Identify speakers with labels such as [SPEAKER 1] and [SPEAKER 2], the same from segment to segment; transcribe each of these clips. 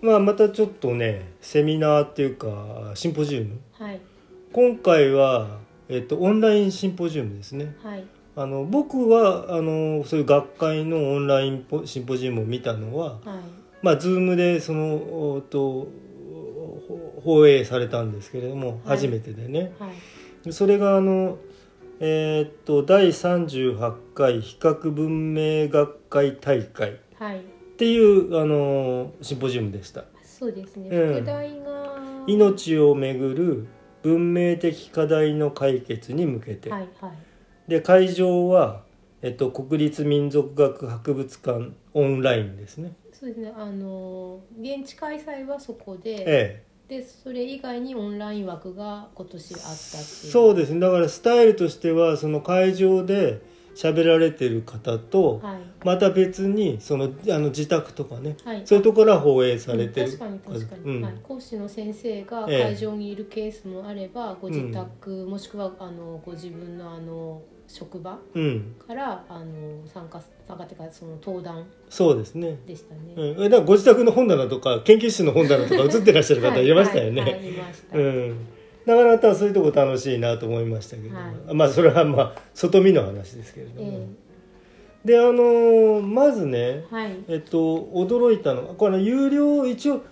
[SPEAKER 1] まあ、またちょっとねセミナーっていうかシンポジウム
[SPEAKER 2] はい
[SPEAKER 1] 今回は、えっと、オンラインシンポジウムですね
[SPEAKER 2] はい
[SPEAKER 1] あの僕はあのそういう学会のオンラインポシンポジウムを見たのは、
[SPEAKER 2] はい
[SPEAKER 1] まあ、ズームでそのおっとほ放映されたんですけれども、
[SPEAKER 2] はい
[SPEAKER 1] 初めてでね
[SPEAKER 2] はい
[SPEAKER 1] それがあの、えーっと第38回比較文明学会大会っ
[SPEAKER 2] はい
[SPEAKER 1] ていうあのシンポジウムでした。
[SPEAKER 2] そうですね
[SPEAKER 1] うん
[SPEAKER 2] 副題が
[SPEAKER 1] 命をめぐる文明的課題の解決に向けて、
[SPEAKER 2] はいはい
[SPEAKER 1] で会場は、えっと、国立民族学博物館オンラインですね。
[SPEAKER 2] そうですねあの現地開催はそこで、
[SPEAKER 1] ええ
[SPEAKER 2] でそれ以外にオンライン枠が今年あったっていう
[SPEAKER 1] そうですねだからスタイルとしてはその会場で喋られてる方と、
[SPEAKER 2] はい
[SPEAKER 1] また別にそのあの自宅とかね、
[SPEAKER 2] はい
[SPEAKER 1] そういうところは放映されてる、
[SPEAKER 2] 確かに確かに、
[SPEAKER 1] うん
[SPEAKER 2] はい、講師の先生が
[SPEAKER 1] ええ
[SPEAKER 2] 会場にいるケースもあれば、ご自宅、もしくはあのご自分のあの職場
[SPEAKER 1] うん
[SPEAKER 2] からあの参加参加っていうかその登壇
[SPEAKER 1] そうですね、
[SPEAKER 2] でしたね、
[SPEAKER 1] うん、だからご自宅の本棚とか研究室の本棚とか映ってらっしゃる方いましたよね。
[SPEAKER 2] はいはいはいいました、
[SPEAKER 1] うん、なかなかそういうとこ楽しいなと思いましたけど、
[SPEAKER 2] はい
[SPEAKER 1] まあそれはまあ外見の話ですけれども、
[SPEAKER 2] え
[SPEAKER 1] であのーまずね
[SPEAKER 2] えはい
[SPEAKER 1] えっと驚いたのがこれ有料一応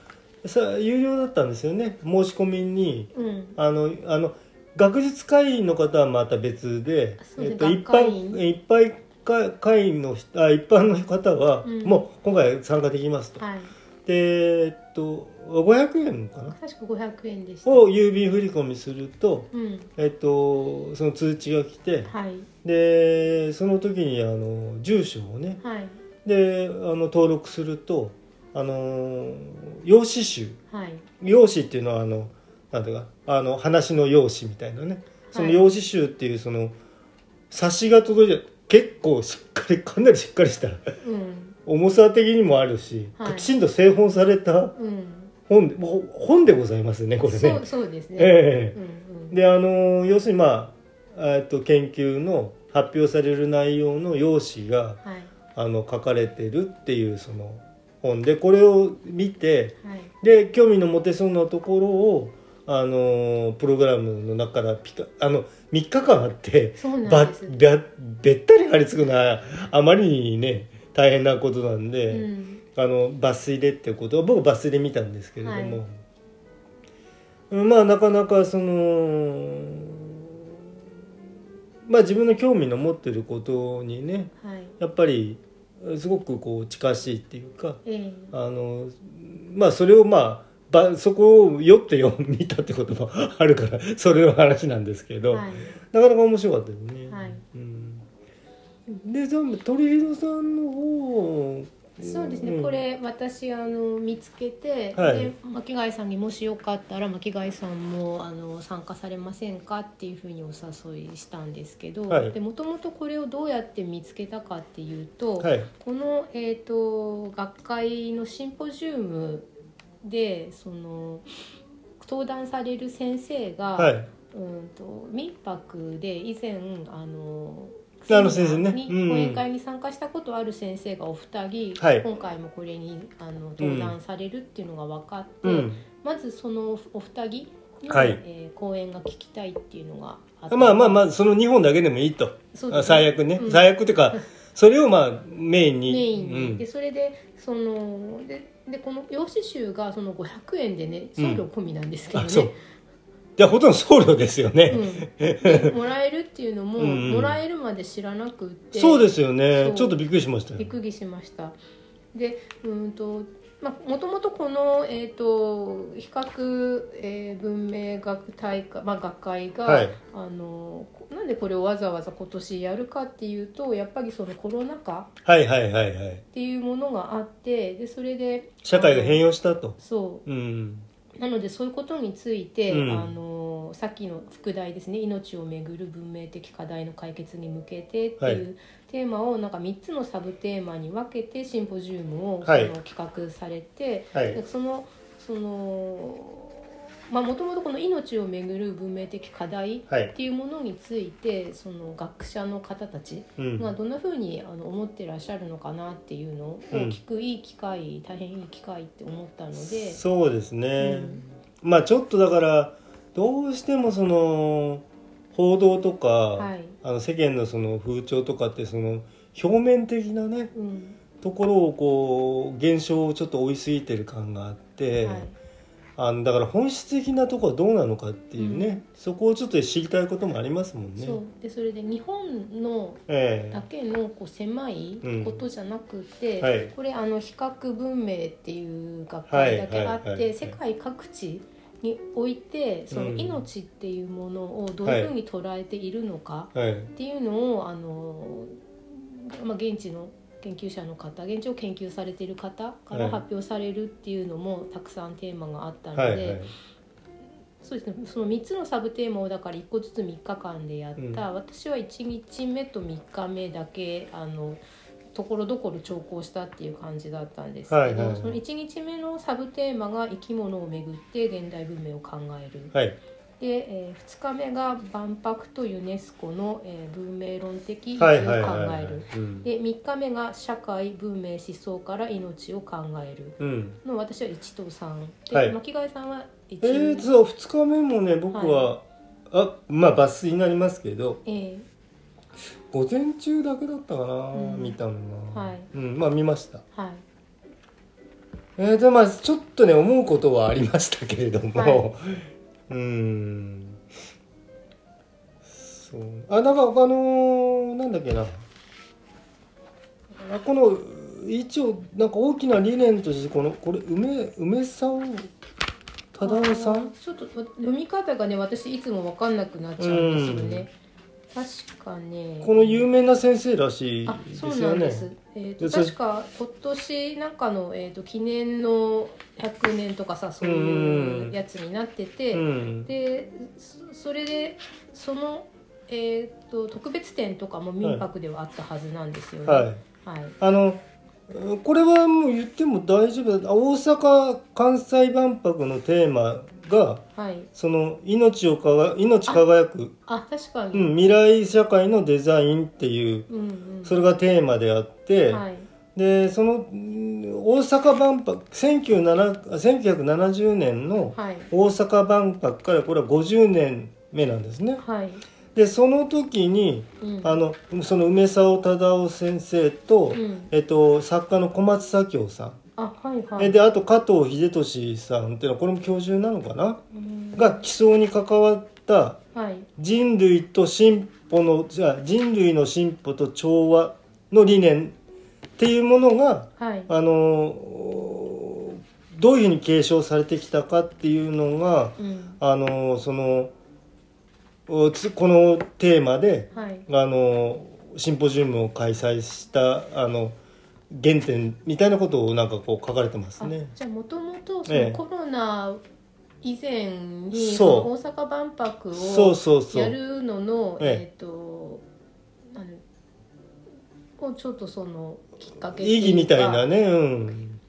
[SPEAKER 1] さ有料だったんですよね申し込みに
[SPEAKER 2] うん
[SPEAKER 1] あのあの学術会員の方はまた別で
[SPEAKER 2] あそう
[SPEAKER 1] っ
[SPEAKER 2] ですね
[SPEAKER 1] と、一
[SPEAKER 2] 学会員
[SPEAKER 1] 般一般会会員の人あ一般の方は、
[SPEAKER 2] うん
[SPEAKER 1] もう今回参加できますと、
[SPEAKER 2] はい
[SPEAKER 1] でえっと500円かな
[SPEAKER 2] 確か500円でした
[SPEAKER 1] を郵便振り込みすると
[SPEAKER 2] うん
[SPEAKER 1] えっと、その通知が来て
[SPEAKER 2] はい
[SPEAKER 1] でその時にあの住所をね
[SPEAKER 2] はい
[SPEAKER 1] であの登録するとあの用紙集
[SPEAKER 2] はい
[SPEAKER 1] 用紙っていうのはあのなんていうかあの話の用紙みたいなねその用紙集っていうその冊子が届いて結構しっかりかなりしっかりした
[SPEAKER 2] うん
[SPEAKER 1] 重さ的にもあるし、
[SPEAKER 2] はい
[SPEAKER 1] きちんと製本された
[SPEAKER 2] うん
[SPEAKER 1] 本でもう本でございますねこれね。
[SPEAKER 2] そうそうですね、
[SPEAKER 1] ええ
[SPEAKER 2] うんうん
[SPEAKER 1] であの要するにまあえっと研究の発表される内容の用紙が
[SPEAKER 2] はい
[SPEAKER 1] あの書かれてるっていうその本でこれを見て
[SPEAKER 2] はい
[SPEAKER 1] で興味の持てそうなところをあのプログラムの中からピカあの3日間あって
[SPEAKER 2] そうな
[SPEAKER 1] ば
[SPEAKER 2] んです
[SPEAKER 1] ばべったり貼り付くのはあまりにね大変なことなんで。
[SPEAKER 2] うん
[SPEAKER 1] あの抜粋でってことは僕抜粋で見たんですけれども、
[SPEAKER 2] はい
[SPEAKER 1] うんまあなかなかそのまあ自分の興味の持ってることにね
[SPEAKER 2] はい
[SPEAKER 1] やっぱりすごくこう近しいっていうか
[SPEAKER 2] ええ
[SPEAKER 1] あのまあそれをまあばそこをよってよ見たってことも あるからそれの話なんですけど、
[SPEAKER 2] はい
[SPEAKER 1] なかなか面白かったよね。
[SPEAKER 2] はい
[SPEAKER 1] うん、で全部鳥広さんの方
[SPEAKER 2] そうですね、
[SPEAKER 1] ん
[SPEAKER 2] これ私あの見つけて、
[SPEAKER 1] はい
[SPEAKER 2] で巻貝さんにもしよかったら巻貝さんもあの参加されませんかっていうふうにお誘いしたんですけど、
[SPEAKER 1] はい
[SPEAKER 2] でもともとこれをどうやって見つけたかっていうと、
[SPEAKER 1] はい
[SPEAKER 2] この、えー、と学会のシンポジウムでその登壇される先生が、
[SPEAKER 1] はい
[SPEAKER 2] うんと民泊で以前あの
[SPEAKER 1] あの先生ね
[SPEAKER 2] セミナ
[SPEAKER 1] う
[SPEAKER 2] ー
[SPEAKER 1] ん
[SPEAKER 2] に講演会に参加したことある先生がお二人、
[SPEAKER 1] はい
[SPEAKER 2] 今回もこれにあの登壇されるっていうのが分かって、
[SPEAKER 1] うん、
[SPEAKER 2] まずそのお二人の、
[SPEAKER 1] はい
[SPEAKER 2] えー講演が聞きたいっていうのがあって
[SPEAKER 1] まあまあまあその2本だけでもいいと、
[SPEAKER 2] そう
[SPEAKER 1] あ
[SPEAKER 2] です
[SPEAKER 1] 最悪ね、
[SPEAKER 2] うん
[SPEAKER 1] 最悪っていう かそれをまあメインに
[SPEAKER 2] メインに、
[SPEAKER 1] うん
[SPEAKER 2] でそれでそのででこの用紙集がその500円でね送料込みなんですけどね、
[SPEAKER 1] あそうじゃあほとんど送料ですよね、
[SPEAKER 2] うんでもらえるっていうのも、
[SPEAKER 1] うんうん
[SPEAKER 2] もらえるまで知らなくって
[SPEAKER 1] そうですよね
[SPEAKER 2] そう
[SPEAKER 1] ちょっとびっくりしましたよ
[SPEAKER 2] びっくりしました。で、うーんと、まあ、もともとこの、えっ、と、比較、えー文明学大会、まあ、学会が。
[SPEAKER 1] はい
[SPEAKER 2] あの、こなんでこれをわざわざ今年やるかっていうと、やっぱりそのコロナ禍
[SPEAKER 1] はいはいはいはい
[SPEAKER 2] っていうものがあって、で、それで。
[SPEAKER 1] 社会が変
[SPEAKER 2] 容。
[SPEAKER 1] 容したと
[SPEAKER 2] そう、
[SPEAKER 1] うん
[SPEAKER 2] なのでそういうことについて、
[SPEAKER 1] うん
[SPEAKER 2] あのさっきの副題ですね「命をめぐる文明的課題の解決に向けて」って
[SPEAKER 1] はい
[SPEAKER 2] いうテーマをなんか3つのサブテーマに分けてシンポジウムをそ
[SPEAKER 1] はい
[SPEAKER 2] の企画されて、
[SPEAKER 1] はい
[SPEAKER 2] でそのそのまあ、もともとこの命をめぐる文明的課題
[SPEAKER 1] は
[SPEAKER 2] っ
[SPEAKER 1] い、
[SPEAKER 2] ていうものについてその学者の方たち
[SPEAKER 1] うん
[SPEAKER 2] まあ、どんなふうにあの思ってらっしゃるのかなっていうのを
[SPEAKER 1] うん
[SPEAKER 2] 聞くいい機会、大変いい機会って思ったので、
[SPEAKER 1] そうですね、
[SPEAKER 2] うん
[SPEAKER 1] まあちょっとだからどうしてもその報道とか、
[SPEAKER 2] はい
[SPEAKER 1] あの世間のその風潮とかってその表面的なね
[SPEAKER 2] うん
[SPEAKER 1] ところをこう現象をちょっと追い過ぎてる感があって、
[SPEAKER 2] はい
[SPEAKER 1] あのだから本質的なとこはどうなのかっていうね、そこをちょっと知りたいこともありますもんね。
[SPEAKER 2] そうでそれで日本の
[SPEAKER 1] え
[SPEAKER 2] だけのこう狭いことじゃなくて、
[SPEAKER 1] うんはい
[SPEAKER 2] これあの比較文明っていう学会だけあって、
[SPEAKER 1] はいはいはい
[SPEAKER 2] 世界各地においてその
[SPEAKER 1] うん
[SPEAKER 2] 命っていうものをどういうふうに捉えているのか、
[SPEAKER 1] えはい
[SPEAKER 2] っていうのをあの、まあ、現地の研究者の方現地を研究されている方か
[SPEAKER 1] は
[SPEAKER 2] ら
[SPEAKER 1] い
[SPEAKER 2] 発表されるっていうのもたくさんテーマがあったので、
[SPEAKER 1] はいはい
[SPEAKER 2] そうですねその3つのサブテーマをだから1個ずつ3日間でやった、
[SPEAKER 1] うん
[SPEAKER 2] 私は1日目と3日目だけあのところどころ調校したっていう感じだったんですけど、
[SPEAKER 1] はいはいはい
[SPEAKER 2] その1日目のサブテーマが生き物をめぐって現代文明を考える。
[SPEAKER 1] はい
[SPEAKER 2] で、え2日目が万博とユネスコの、えー文明論的意義を考
[SPEAKER 1] は
[SPEAKER 2] え
[SPEAKER 1] い
[SPEAKER 2] る、
[SPEAKER 1] はいはいはいうん
[SPEAKER 2] で3日目が社会文明思想から命を考える
[SPEAKER 1] うん
[SPEAKER 2] の私は1と3で、
[SPEAKER 1] はい
[SPEAKER 2] 巻貝さんは1、
[SPEAKER 1] えー、そう2日目もね僕は、あまあ抜粋になりますけど
[SPEAKER 2] え
[SPEAKER 1] 午前中だけだったかな、
[SPEAKER 2] うん
[SPEAKER 1] 見たのな、
[SPEAKER 2] はい
[SPEAKER 1] うん、まあ見ました
[SPEAKER 2] ーはい
[SPEAKER 1] えー、でまあちょっとね思うことはありましたけれども、
[SPEAKER 2] はいう
[SPEAKER 1] ーんそうあなんかあのーなんだっけなあこの一応なんか大きな理念としてこのこれ梅梅さん忠夫さ
[SPEAKER 2] あ
[SPEAKER 1] ん
[SPEAKER 2] ーちょっと読み方がね私いつも分かんなくなっちゃうんですよね、確かね
[SPEAKER 1] この有名な先生らしい
[SPEAKER 2] あ
[SPEAKER 1] で
[SPEAKER 2] そう
[SPEAKER 1] す
[SPEAKER 2] な
[SPEAKER 1] よ
[SPEAKER 2] ん
[SPEAKER 1] ね
[SPEAKER 2] です。え
[SPEAKER 1] で
[SPEAKER 2] っ、と
[SPEAKER 1] それ
[SPEAKER 2] 確か今年なんかのえっ、と記念の100年とかさそう
[SPEAKER 1] う
[SPEAKER 2] い
[SPEAKER 1] ん
[SPEAKER 2] うやつになってて、
[SPEAKER 1] うん
[SPEAKER 2] でそそれでそのえっ、と特別展とかも民泊ではあったはずなんですよね。
[SPEAKER 1] はい
[SPEAKER 2] はい。
[SPEAKER 1] あのうんこれはもう言っても大丈夫だ大阪・関西万博のテーマが
[SPEAKER 2] はい。
[SPEAKER 1] その命をかが命輝く、
[SPEAKER 2] あ確か
[SPEAKER 1] う
[SPEAKER 2] に。
[SPEAKER 1] ん、未来社会のデザインっていう
[SPEAKER 2] うんうん。
[SPEAKER 1] それがテーマであって、
[SPEAKER 2] はい。
[SPEAKER 1] でそのうん大阪万博1907 1970年の
[SPEAKER 2] はい。
[SPEAKER 1] 大阪万博からこれは50年目なんですね。
[SPEAKER 2] はい。
[SPEAKER 1] でその時に
[SPEAKER 2] うん。
[SPEAKER 1] あのその梅沢忠夫先生と、
[SPEAKER 2] うん。
[SPEAKER 1] えっと、作家の小松左京さん、
[SPEAKER 2] あはいは
[SPEAKER 1] え
[SPEAKER 2] い。
[SPEAKER 1] であと加藤秀俊さんっていうのはこれも教授なのかな
[SPEAKER 2] うん
[SPEAKER 1] が起草に関わった
[SPEAKER 2] はい。
[SPEAKER 1] 人類と進歩のじゃあ人類の進歩と調和の理念っていうものが
[SPEAKER 2] はい。
[SPEAKER 1] あのーどういうふうに継承されてきたかっていうのが
[SPEAKER 2] うん。
[SPEAKER 1] あのーそのおつこのテーマで
[SPEAKER 2] はい。
[SPEAKER 1] あのシンポジウムを開催したあの原点みたいなことをなんかこう書かれてます
[SPEAKER 2] あ
[SPEAKER 1] ね。
[SPEAKER 2] じゃあもともとそ
[SPEAKER 1] ええ
[SPEAKER 2] のコロナ以前にその
[SPEAKER 1] そ
[SPEAKER 2] 大阪万博
[SPEAKER 1] そう
[SPEAKER 2] を
[SPEAKER 1] そうそ
[SPEAKER 2] や
[SPEAKER 1] う。
[SPEAKER 2] るのの
[SPEAKER 1] ええ
[SPEAKER 2] えっ、とあのをちょっとそのきっかけって
[SPEAKER 1] 意
[SPEAKER 2] うか
[SPEAKER 1] 義みたいなね、うん。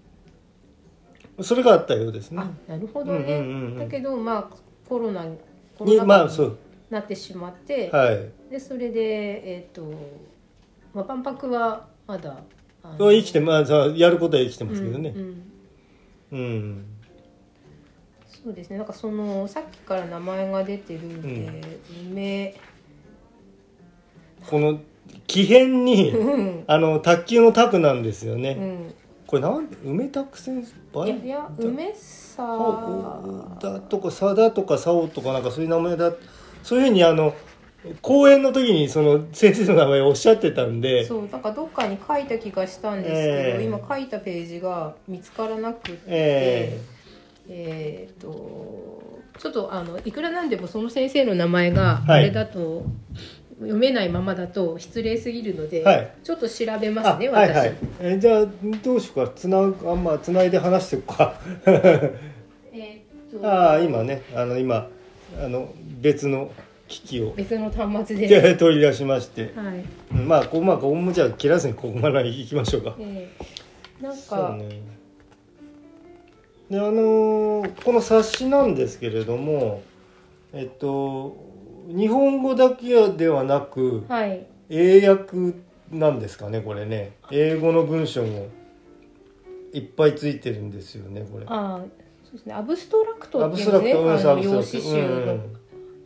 [SPEAKER 1] それがあったようですね
[SPEAKER 2] あ。なるほどね、
[SPEAKER 1] うんうんうんうん
[SPEAKER 2] だけどまあコロナコ
[SPEAKER 1] に
[SPEAKER 2] ロ
[SPEAKER 1] ま
[SPEAKER 2] ナ
[SPEAKER 1] あ
[SPEAKER 2] 禍
[SPEAKER 1] そ
[SPEAKER 2] に
[SPEAKER 1] う
[SPEAKER 2] なってしまって、
[SPEAKER 1] はい。
[SPEAKER 2] でそれでえっ、と、まあ、万博はまだあの
[SPEAKER 1] 生きてまあさやることは生きてますけどね
[SPEAKER 2] うん。うん
[SPEAKER 1] うん。
[SPEAKER 2] そうですね。なんかそのさっきから名前が出てるんで、梅、
[SPEAKER 1] この奇変に
[SPEAKER 2] うん、
[SPEAKER 1] あの卓球の卓なんですよ
[SPEAKER 2] う
[SPEAKER 1] ね。
[SPEAKER 2] ん、
[SPEAKER 1] これなん梅卓先
[SPEAKER 2] い
[SPEAKER 1] 生
[SPEAKER 2] やいや梅さ、
[SPEAKER 1] そうだとかさだとかさおとかなんかそういう名前だそういうふうにあの講演の時にその先生の名前をおっしゃってたんで
[SPEAKER 2] そうなんかどっかに書いた気がしたんですけど、
[SPEAKER 1] ええ
[SPEAKER 2] 今書いたページが見つからなくて、
[SPEAKER 1] え
[SPEAKER 2] えーっとちょっとあのいくらなんでもその先生の名前が
[SPEAKER 1] は
[SPEAKER 2] あ
[SPEAKER 1] い
[SPEAKER 2] れだと、読めないままだと失礼すぎるので、
[SPEAKER 1] はい
[SPEAKER 2] ちょっと調べ
[SPEAKER 1] え
[SPEAKER 2] ま
[SPEAKER 1] あ
[SPEAKER 2] すね
[SPEAKER 1] は
[SPEAKER 2] 私。
[SPEAKER 1] いはいえじゃあどうしようかつなぐあんまつないで話していくか
[SPEAKER 2] えーっと
[SPEAKER 1] ああ今ねあの今あの別の機器を
[SPEAKER 2] 別の端末で。
[SPEAKER 1] で 取り出しまして
[SPEAKER 2] はい
[SPEAKER 1] うんまあこうまあここもじゃあ切らずにここまで行きましょうか
[SPEAKER 2] ええなん
[SPEAKER 1] そう
[SPEAKER 2] か、
[SPEAKER 1] ねであのーこの冊子なんですけれどもえっと日本語だけではなく
[SPEAKER 2] はい
[SPEAKER 1] 英訳なんですかねこれね英語の文章もいっぱいついてるんですよねこれ。
[SPEAKER 2] ああそうですねアブストラクト
[SPEAKER 1] ア
[SPEAKER 2] っ
[SPEAKER 1] ブ
[SPEAKER 2] てい
[SPEAKER 1] ス
[SPEAKER 2] う
[SPEAKER 1] ト
[SPEAKER 2] ん
[SPEAKER 1] ラク
[SPEAKER 2] です
[SPEAKER 1] トうんア
[SPEAKER 2] ねあ
[SPEAKER 1] ブスト
[SPEAKER 2] の
[SPEAKER 1] ラクト
[SPEAKER 2] 用紙
[SPEAKER 1] う
[SPEAKER 2] 集
[SPEAKER 1] んう
[SPEAKER 2] の
[SPEAKER 1] ん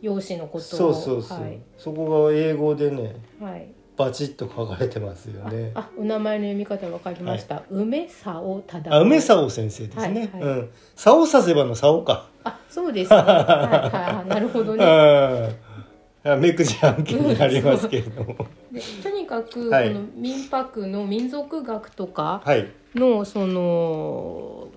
[SPEAKER 2] 用紙のことを
[SPEAKER 1] そうそうそう、
[SPEAKER 2] はい、
[SPEAKER 1] そこが英語でね
[SPEAKER 2] はい
[SPEAKER 1] バチッと書かれてますよ
[SPEAKER 2] あ
[SPEAKER 1] ね。
[SPEAKER 2] あお名前の読み方わかりました、梅さおただ
[SPEAKER 1] あ梅沢先生ですね。
[SPEAKER 2] はいは
[SPEAKER 1] うん。竿させばの竿か。
[SPEAKER 2] あそうですねはいはいはいなるほ
[SPEAKER 1] う
[SPEAKER 2] ど
[SPEAKER 1] ん。
[SPEAKER 2] ね
[SPEAKER 1] あ目くじ案件になりますけれ ども。
[SPEAKER 2] でとにかく、
[SPEAKER 1] はい
[SPEAKER 2] この民泊の民族学とか
[SPEAKER 1] はい
[SPEAKER 2] のその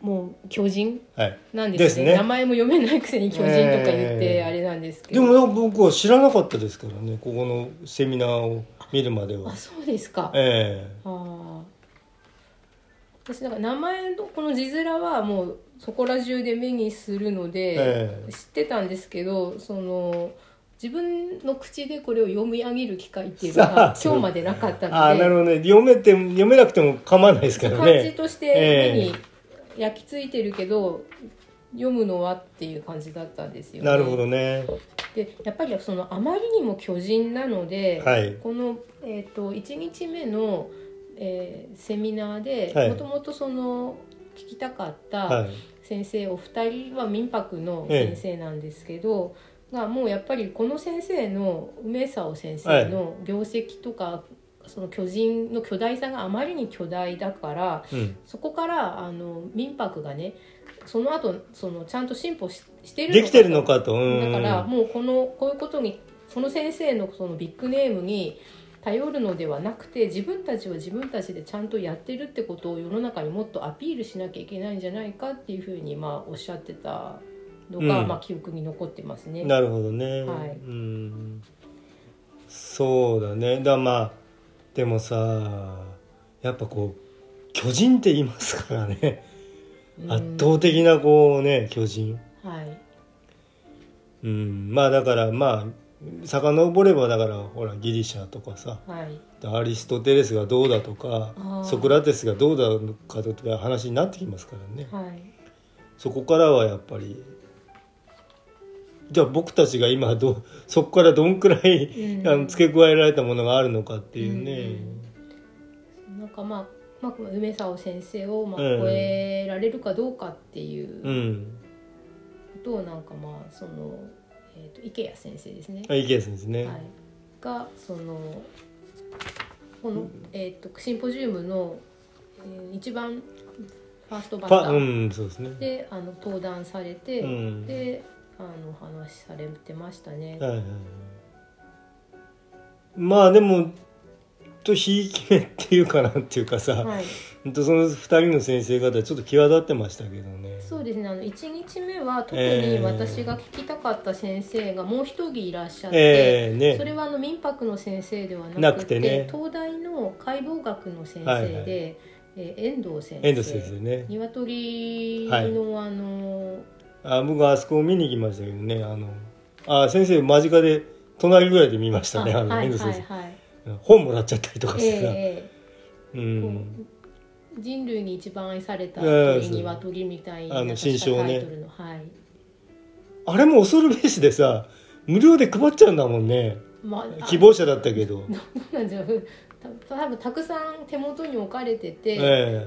[SPEAKER 2] もう巨人
[SPEAKER 1] はい。
[SPEAKER 2] なんですね
[SPEAKER 1] ですね
[SPEAKER 2] 名前も読めないくせに巨人とか言って、
[SPEAKER 1] ええ
[SPEAKER 2] あれなんです
[SPEAKER 1] で
[SPEAKER 2] けど
[SPEAKER 1] も僕は知らなかったですからねここのセミナーを見るまでは
[SPEAKER 2] あ。そうですか、
[SPEAKER 1] ええ
[SPEAKER 2] ああ私なんか名前のこの字面はもうそこら中で目にするので、
[SPEAKER 1] ええ
[SPEAKER 2] 知ってたんですけどその自分の口でこれを読み上げる機会っていうのが今日までなかった
[SPEAKER 1] あ
[SPEAKER 2] の
[SPEAKER 1] ー
[SPEAKER 2] で
[SPEAKER 1] なるほどね読めて読めなくても構わないですから
[SPEAKER 2] 漢字
[SPEAKER 1] ね
[SPEAKER 2] とし
[SPEAKER 1] え
[SPEAKER 2] て
[SPEAKER 1] え
[SPEAKER 2] 目に焼き付いてるけど、読むのはっていう感じだったんですよ、ね。
[SPEAKER 1] なるほどね
[SPEAKER 2] でやっぱりそのあまりにも巨人なので、
[SPEAKER 1] はい
[SPEAKER 2] この、えー、と1日目の、えーセミナー
[SPEAKER 1] は
[SPEAKER 2] で
[SPEAKER 1] い
[SPEAKER 2] もともとその聞きたかった
[SPEAKER 1] はい
[SPEAKER 2] 先生、お二人は民泊の先生なんですけど、がもうやっぱりこの先生の梅沢先生の業績とか、その巨人の巨大さがあまりに巨大だから、
[SPEAKER 1] うん
[SPEAKER 2] そこからあの民泊がねその後そのちゃんと進歩ししてる
[SPEAKER 1] できてるのかとうん
[SPEAKER 2] だからもうこのこういうことにその先生のそのビッグネームに頼るのではなくて自分たちは自分たちでちゃんとやってるってことを世の中にもっとアピールしなきゃいけないんじゃないかっていうふうにまあおっしゃってたのが、
[SPEAKER 1] うん
[SPEAKER 2] まあ記憶に残ってますね。
[SPEAKER 1] なるほどね、
[SPEAKER 2] はい
[SPEAKER 1] うんそうだねだからまあでもさやっぱこう巨人って言いますからね
[SPEAKER 2] うん
[SPEAKER 1] 圧倒的なこうね巨人
[SPEAKER 2] はい
[SPEAKER 1] うんまあだからまあ遡ればだからほらギリシャとかさ
[SPEAKER 2] はい
[SPEAKER 1] アリストテレスがどうだとか
[SPEAKER 2] あー
[SPEAKER 1] ソクラテスがどうだかとか話になってきますからね
[SPEAKER 2] はい
[SPEAKER 1] そこからはやっぱりじゃあ僕たちが今どうそこからどんくらい、
[SPEAKER 2] うん
[SPEAKER 1] あの付け加えられたものがあるのかっていうね、
[SPEAKER 2] なんかまあ、まあ、梅沢先生をまあ
[SPEAKER 1] うん
[SPEAKER 2] 超えられるかどうかっていううこ
[SPEAKER 1] ん
[SPEAKER 2] とをなんかまあその、えー、と池谷先生ですね、
[SPEAKER 1] あいいケースですね、
[SPEAKER 2] はい、がそのこの、えー、とシンポジウムの、えー一番ファーストバッタ
[SPEAKER 1] パう
[SPEAKER 2] ー
[SPEAKER 1] んそうですね
[SPEAKER 2] であの登壇されて、
[SPEAKER 1] うん
[SPEAKER 2] であのお話しされてましたね。
[SPEAKER 1] はいはいはいまあでもとひいき目っていうかなんていうかさ、
[SPEAKER 2] はい
[SPEAKER 1] ほんとその2人の先生方ちょっと際立ってましたけどね
[SPEAKER 2] そうですねあの1日目は特
[SPEAKER 1] え
[SPEAKER 2] に
[SPEAKER 1] ー
[SPEAKER 2] 私が聞きたかった先生がもう一人いらっしゃって、
[SPEAKER 1] ええね
[SPEAKER 2] それはあの民泊の先生ではなくて
[SPEAKER 1] なくてね
[SPEAKER 2] 東大の解剖学の先生で、
[SPEAKER 1] はいはい
[SPEAKER 2] えー遠藤先生
[SPEAKER 1] 遠藤先生ね
[SPEAKER 2] 鶏の、
[SPEAKER 1] はい
[SPEAKER 2] あの
[SPEAKER 1] あ僕はあそこを見に行きましたけどねあのあ先生間近で隣ぐらいで見ましたねあ
[SPEAKER 2] あ
[SPEAKER 1] の
[SPEAKER 2] はい
[SPEAKER 1] 遠
[SPEAKER 2] はい
[SPEAKER 1] 藤
[SPEAKER 2] はい
[SPEAKER 1] 先生本もらっちゃったりとか
[SPEAKER 2] え
[SPEAKER 1] してさ、
[SPEAKER 2] え
[SPEAKER 1] う
[SPEAKER 2] ええこうん人類に一番愛された
[SPEAKER 1] ええ
[SPEAKER 2] 鳥鶏みたいな
[SPEAKER 1] あの新書をね
[SPEAKER 2] タイトルのはい
[SPEAKER 1] あれも恐るべしでさ無料で配っちゃうんだもんね
[SPEAKER 2] まあ
[SPEAKER 1] 希望者だったけど、
[SPEAKER 2] なんじゃ た多分たくさん手元に置かれてて、
[SPEAKER 1] え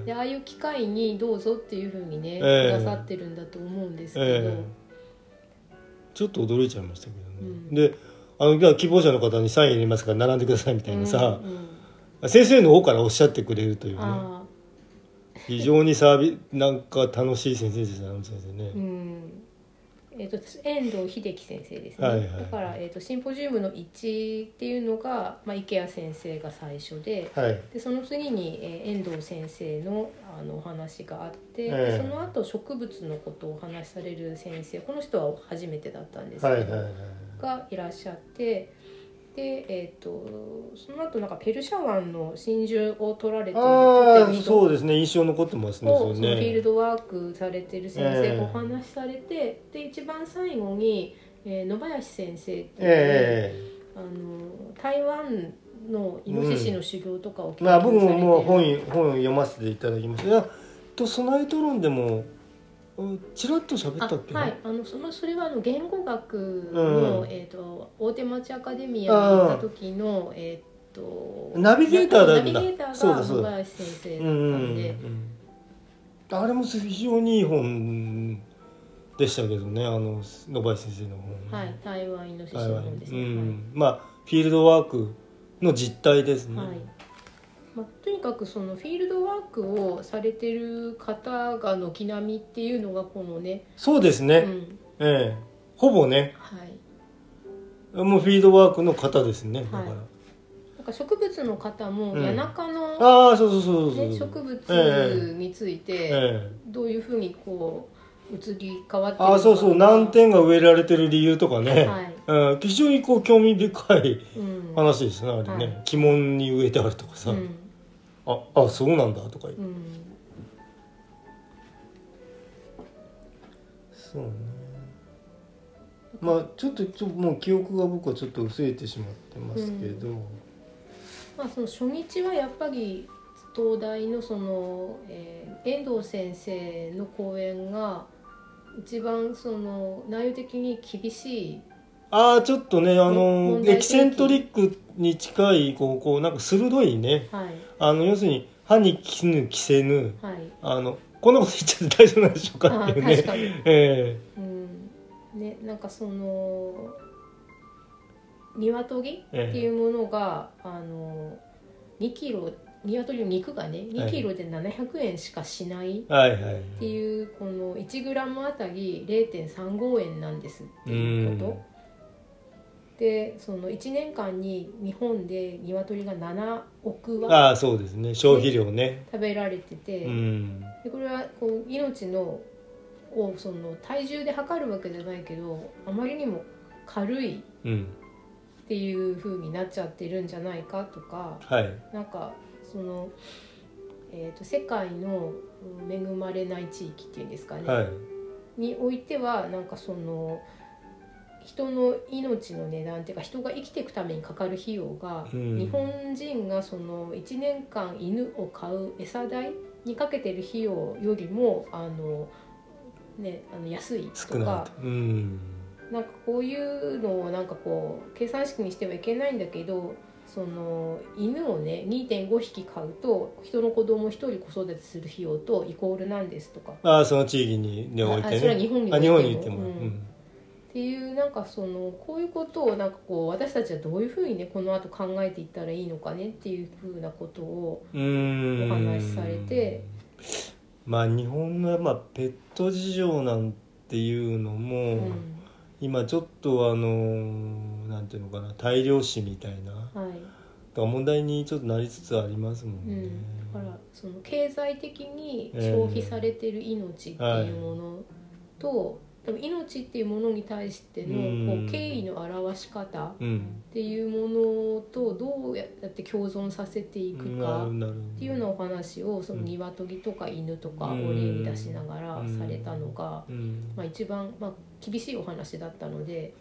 [SPEAKER 1] え
[SPEAKER 2] でああいう機会にどうぞっていうふうにね、
[SPEAKER 1] ええ
[SPEAKER 2] くださってるんだと思うんですけど、
[SPEAKER 1] ええちょっと驚いちゃいましたけどね、
[SPEAKER 2] うん
[SPEAKER 1] であのじゃあ希望者の方にサイン入れますから並んでくださいみたいなさ
[SPEAKER 2] う、んうん
[SPEAKER 1] 先生の方からおっしゃってくれるというね
[SPEAKER 2] あ
[SPEAKER 1] 非常にサービなんか楽しい先生でしたねあの先生ね
[SPEAKER 2] あ、うんえー、と遠藤秀樹先生ですね、
[SPEAKER 1] はいはい
[SPEAKER 2] だから、えー、とシンポジウムの1っていうのが、まあ、池谷先生が最初で
[SPEAKER 1] はい
[SPEAKER 2] でその次に、えー遠藤先生のあのお話があって、
[SPEAKER 1] ええ
[SPEAKER 2] でその後植物のことをお話しされる先生この人は初めてだったんですけ
[SPEAKER 1] は
[SPEAKER 2] ど、
[SPEAKER 1] いはいはい
[SPEAKER 2] がいらっしゃってで、えー、とその後なんかペルシャ湾の真珠を取られている
[SPEAKER 1] ああ
[SPEAKER 2] 取ってる人
[SPEAKER 1] そうですね印象残ってますね
[SPEAKER 2] を
[SPEAKER 1] そ
[SPEAKER 2] そのフ
[SPEAKER 1] れ
[SPEAKER 2] ィール
[SPEAKER 1] ね
[SPEAKER 2] ドワークされてる先生
[SPEAKER 1] ええ
[SPEAKER 2] がお話しされて、で一番最後に、えー野林先生っていう、
[SPEAKER 1] え
[SPEAKER 2] あの台湾のイノシシの修行とかを
[SPEAKER 1] えまあ僕ももう
[SPEAKER 2] 本
[SPEAKER 1] 本本を読ませていただきましたいやと備えとるんでもうんちらっと喋ったっけな
[SPEAKER 2] あはいあのそのそれはあの言語学の、
[SPEAKER 1] うん
[SPEAKER 2] えー、と大手町アカデミアに行った時の、えー、と
[SPEAKER 1] ナビゲーターだった
[SPEAKER 2] ナビゲータ
[SPEAKER 1] そう
[SPEAKER 2] ー
[SPEAKER 1] だ
[SPEAKER 2] が
[SPEAKER 1] そう
[SPEAKER 2] 小
[SPEAKER 1] だ
[SPEAKER 2] 林先生だ
[SPEAKER 1] う
[SPEAKER 2] った
[SPEAKER 1] んうん
[SPEAKER 2] んで
[SPEAKER 1] うん、あれも非常にいい本でしたけどねあの野林先生の本
[SPEAKER 2] はい、台湾イノシシ
[SPEAKER 1] 台
[SPEAKER 2] の
[SPEAKER 1] 湾
[SPEAKER 2] 本です
[SPEAKER 1] う
[SPEAKER 2] ね。はい
[SPEAKER 1] んまあフィールドワークの実態ですね、
[SPEAKER 2] はいまあ、とにかくそのフィールドワークをされてる方が軒並みっていうのがこのね、
[SPEAKER 1] そうです
[SPEAKER 2] う
[SPEAKER 1] ね、
[SPEAKER 2] ん、
[SPEAKER 1] ええほぼね
[SPEAKER 2] はい、
[SPEAKER 1] もうフィールドワークの方ですねだから、
[SPEAKER 2] はいなんか植物の方も
[SPEAKER 1] うん
[SPEAKER 2] 谷中の、ね
[SPEAKER 1] ああそうそうそうそうそう
[SPEAKER 2] 植物につい
[SPEAKER 1] え
[SPEAKER 2] て
[SPEAKER 1] え
[SPEAKER 2] どういうふうにこう移り変わってるのか
[SPEAKER 1] ああそうそう難点が植えられてる理由とかね、
[SPEAKER 2] はい
[SPEAKER 1] うん、非常にこう興味深い
[SPEAKER 2] うん、
[SPEAKER 1] 話ですねあれね、
[SPEAKER 2] はい
[SPEAKER 1] 鬼門に植えてあるとかさ、
[SPEAKER 2] うん
[SPEAKER 1] ああそうなんだとか言って、
[SPEAKER 2] うん
[SPEAKER 1] そうねまあちょっとちょもう記憶が僕はちょっと薄れてしまってますけど、
[SPEAKER 2] まあ、その初日はやっぱり東大のその、えー遠藤先生の講演が一番その内容的に厳しい、
[SPEAKER 1] ああちょっとねあの
[SPEAKER 2] 問題提起
[SPEAKER 1] エキセントリックに近いこうこうなんか鋭いね
[SPEAKER 2] はい
[SPEAKER 1] あの要するに歯に衣着せぬ
[SPEAKER 2] はい、
[SPEAKER 1] あのこんなこと言っちゃって大丈夫なんでしょうか
[SPEAKER 2] あ
[SPEAKER 1] っ
[SPEAKER 2] あ
[SPEAKER 1] ていう
[SPEAKER 2] 確
[SPEAKER 1] ね。
[SPEAKER 2] かに、
[SPEAKER 1] え
[SPEAKER 2] うんね、なんかその鶏
[SPEAKER 1] えええ
[SPEAKER 2] っていうものが、あの2キロ鶏の肉がね2キロで700円しかしないっ
[SPEAKER 1] はいはい
[SPEAKER 2] ていうこの1グラムあたり0.35円なんですっていうこと。でその1年間に日本で鶏が7億羽
[SPEAKER 1] ああそうですね消費量ね
[SPEAKER 2] 食べられてて、
[SPEAKER 1] うん
[SPEAKER 2] でこれはこう命のをその体重で測るわけじゃないけどあまりにも軽いっ
[SPEAKER 1] うん
[SPEAKER 2] ていう風になっちゃってるんじゃないかとか
[SPEAKER 1] はい
[SPEAKER 2] なんかその、えー、と世界のうん恵まれない地域っていうんですかね、
[SPEAKER 1] はい
[SPEAKER 2] においてはなんかその人の命の値段っていうか人が生きていくためにかかる費用が、
[SPEAKER 1] うん
[SPEAKER 2] 日本人がその1年間犬を飼う餌代にかけてる費用よりもあの、ね、あの安いと
[SPEAKER 1] 少な
[SPEAKER 2] か
[SPEAKER 1] いとうん
[SPEAKER 2] なんかこういうのをなんかこう計算式にしてはいけないんだけどその犬をね2.5匹飼うと人の子供1人子育てする費用とイコールなんですとか
[SPEAKER 1] ああその地域にね
[SPEAKER 2] あ
[SPEAKER 1] 置いてね
[SPEAKER 2] あそれは日本に
[SPEAKER 1] あ
[SPEAKER 2] 置いても
[SPEAKER 1] 日本に置いても
[SPEAKER 2] うん
[SPEAKER 1] うん
[SPEAKER 2] っていうなんかそのこういうことをなんかこう私たちはどういうふうにねこの後考えていったらいいのかねっていうふうなことを
[SPEAKER 1] うん
[SPEAKER 2] お話しされて
[SPEAKER 1] まあ日本のまあペット事情なんていうのも、
[SPEAKER 2] うん、
[SPEAKER 1] 今ちょっとあのーなんていうのかな大量死みたいな
[SPEAKER 2] はい
[SPEAKER 1] が問題にちょっとなりつつありますも
[SPEAKER 2] うん
[SPEAKER 1] ね、
[SPEAKER 2] ん、だからその経済的に消費されてる命っていうものと、でも命っていうものに対して
[SPEAKER 1] う
[SPEAKER 2] のこ
[SPEAKER 1] ん
[SPEAKER 2] う敬意の表し方っ
[SPEAKER 1] うん
[SPEAKER 2] ていうものとどうやって共存させていく
[SPEAKER 1] な
[SPEAKER 2] か
[SPEAKER 1] るなる
[SPEAKER 2] っていうようなお話をその鶏とか犬とかを例に出しながらされたのが。
[SPEAKER 1] うん
[SPEAKER 2] まあ、一番、まあ、厳しいお話だったので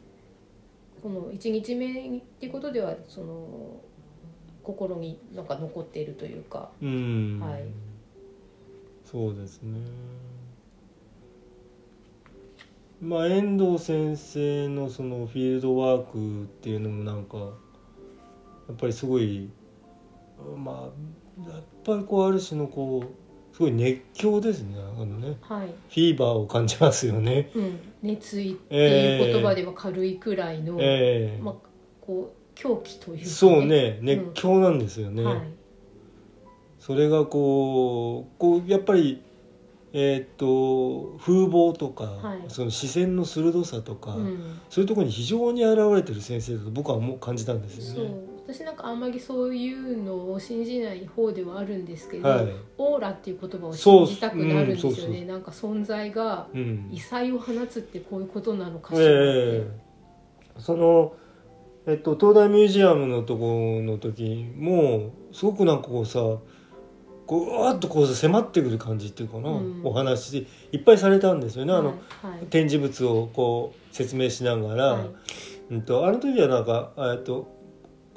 [SPEAKER 2] この1日目にっていうことではその心になんか残っているというか、
[SPEAKER 1] うん
[SPEAKER 2] はい
[SPEAKER 1] そうですねまあ遠藤先生のそのフィールドワークっていうのもなんかやっぱりすごいまあやっぱりこうある種のこうすごい熱狂ですねあのね
[SPEAKER 2] はい
[SPEAKER 1] フィーバーを感じますよね。
[SPEAKER 2] うん、熱意っていう言葉では軽いくらいの、
[SPEAKER 1] ええ
[SPEAKER 2] まあ、こう狂気というか、
[SPEAKER 1] そうね熱狂なんですよね。
[SPEAKER 2] はい、
[SPEAKER 1] それがこうこうやっぱり、えーっと風貌とか、
[SPEAKER 2] はい
[SPEAKER 1] その視線の鋭さとか、
[SPEAKER 2] うん、
[SPEAKER 1] そういうところに非常に現れてる先生だと僕はもう感じたんです
[SPEAKER 2] そ
[SPEAKER 1] よね。
[SPEAKER 2] う私なんかあんまりそういうのを信じない方ではあるんですけど、
[SPEAKER 1] はい
[SPEAKER 2] オーラっていう言葉を
[SPEAKER 1] そう
[SPEAKER 2] 信じたくなるんですよ
[SPEAKER 1] うんそう
[SPEAKER 2] ね、
[SPEAKER 1] そ
[SPEAKER 2] なんか存在が
[SPEAKER 1] うん
[SPEAKER 2] 異彩を放つってこういうことなのかしらって、
[SPEAKER 1] ええそのえっと東大ミュージアムのとこの時もすごくなんかこうさこううわーっとこう迫ってくる感じっていうかな、
[SPEAKER 2] うん
[SPEAKER 1] お話いっぱいされたんですよね、あの
[SPEAKER 2] はいはい
[SPEAKER 1] 展示物をこう説明しながら、
[SPEAKER 2] はい
[SPEAKER 1] うんとあの時はなんかえっと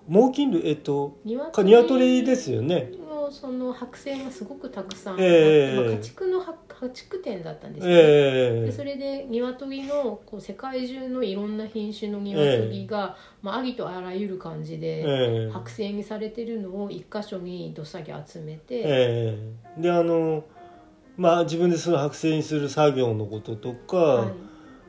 [SPEAKER 1] 猛禽類えっと
[SPEAKER 2] 鶏
[SPEAKER 1] か鶏ですよね。
[SPEAKER 2] をのその白線がすごくたくさんあって、
[SPEAKER 1] ええ
[SPEAKER 2] まあ家畜のは家畜店だったんですけど、
[SPEAKER 1] え
[SPEAKER 2] でそれで鶏のこう世界中のいろんな品種の鶏が、まあ、ありとあらゆる感じ
[SPEAKER 1] え
[SPEAKER 2] で
[SPEAKER 1] ええ
[SPEAKER 2] 白製にされてるのを一箇所にどっさり集めて、
[SPEAKER 1] ええであのまあ自分でその剥製にする作業のこととか、
[SPEAKER 2] はい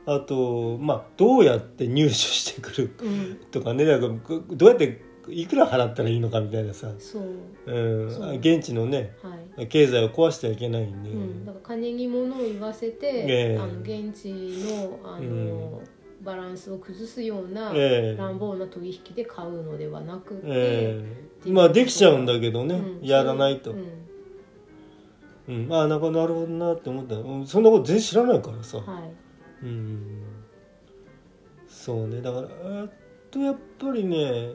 [SPEAKER 1] あとまあどうやって入手してくる
[SPEAKER 2] うん、
[SPEAKER 1] とかねだからこどうやっていくら払ったらいいのかみたいなさ、
[SPEAKER 2] そう
[SPEAKER 1] うん
[SPEAKER 2] そう、
[SPEAKER 1] 現地のね
[SPEAKER 2] はい。
[SPEAKER 1] 経済を壊してはいけないんで、
[SPEAKER 2] うん、だから金に物を言わせて、
[SPEAKER 1] ええ
[SPEAKER 2] あの現地のあの、バランスを崩すような
[SPEAKER 1] ええ
[SPEAKER 2] 乱暴な取引で買うのではなくて、
[SPEAKER 1] ええまあできちゃうんだけどね、
[SPEAKER 2] うん
[SPEAKER 1] やらないと、
[SPEAKER 2] う
[SPEAKER 1] うんんああなんかなるほどなって思った、うん、そんなこと全然知らないからさ、
[SPEAKER 2] はい
[SPEAKER 1] うんそうねだからえっとやっぱりね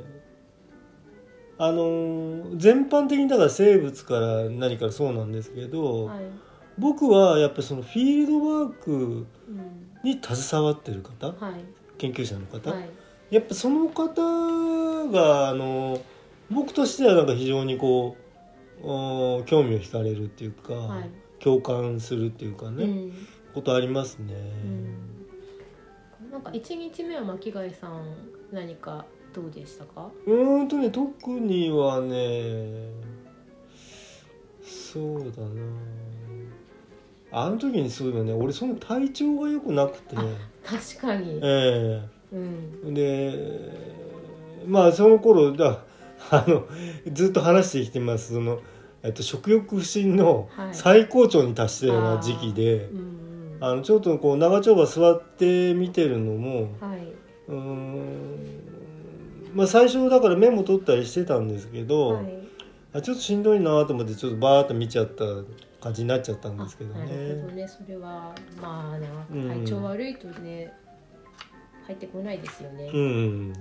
[SPEAKER 1] あのー全般的にだから生物から何からそうなんですけど、
[SPEAKER 2] はい、
[SPEAKER 1] 僕はやっぱりそのフィールドワーク
[SPEAKER 2] うん、
[SPEAKER 1] に携わってる方
[SPEAKER 2] はい
[SPEAKER 1] 研究者の方、
[SPEAKER 2] はい
[SPEAKER 1] やっぱその方があの僕としてはなんか非常にこううん興味を惹かれるっていうか、
[SPEAKER 2] はい
[SPEAKER 1] 共感するっていうかね、
[SPEAKER 2] うん
[SPEAKER 1] ことありますね。
[SPEAKER 2] うん、なんか一日目は巻貝さん何かどうでしたか、
[SPEAKER 1] うーんとね特にはねそうだなあの時にそういえばね俺その体調が良くなくて、
[SPEAKER 2] あ確かに、
[SPEAKER 1] え
[SPEAKER 2] うん、
[SPEAKER 1] えでまあその頃だあのずっと話してきてますその、えっと、食欲不振の
[SPEAKER 2] はい
[SPEAKER 1] 最高潮に達したような時期で、
[SPEAKER 2] うんうん、
[SPEAKER 1] あのちょっとこう長丁場座って見てるのも
[SPEAKER 2] はいう
[SPEAKER 1] ーんまあ最初だからメモ取ったりしてたんですけど、
[SPEAKER 2] はい
[SPEAKER 1] あちょっとしんどいなと思ってちょっとバーッと見ちゃった感じになっちゃったん
[SPEAKER 2] あ
[SPEAKER 1] ですけど
[SPEAKER 2] なるほど
[SPEAKER 1] ね。
[SPEAKER 2] ねそれはまあな
[SPEAKER 1] うん
[SPEAKER 2] 体調悪いとね、入ってこないですよね、
[SPEAKER 1] うんうん、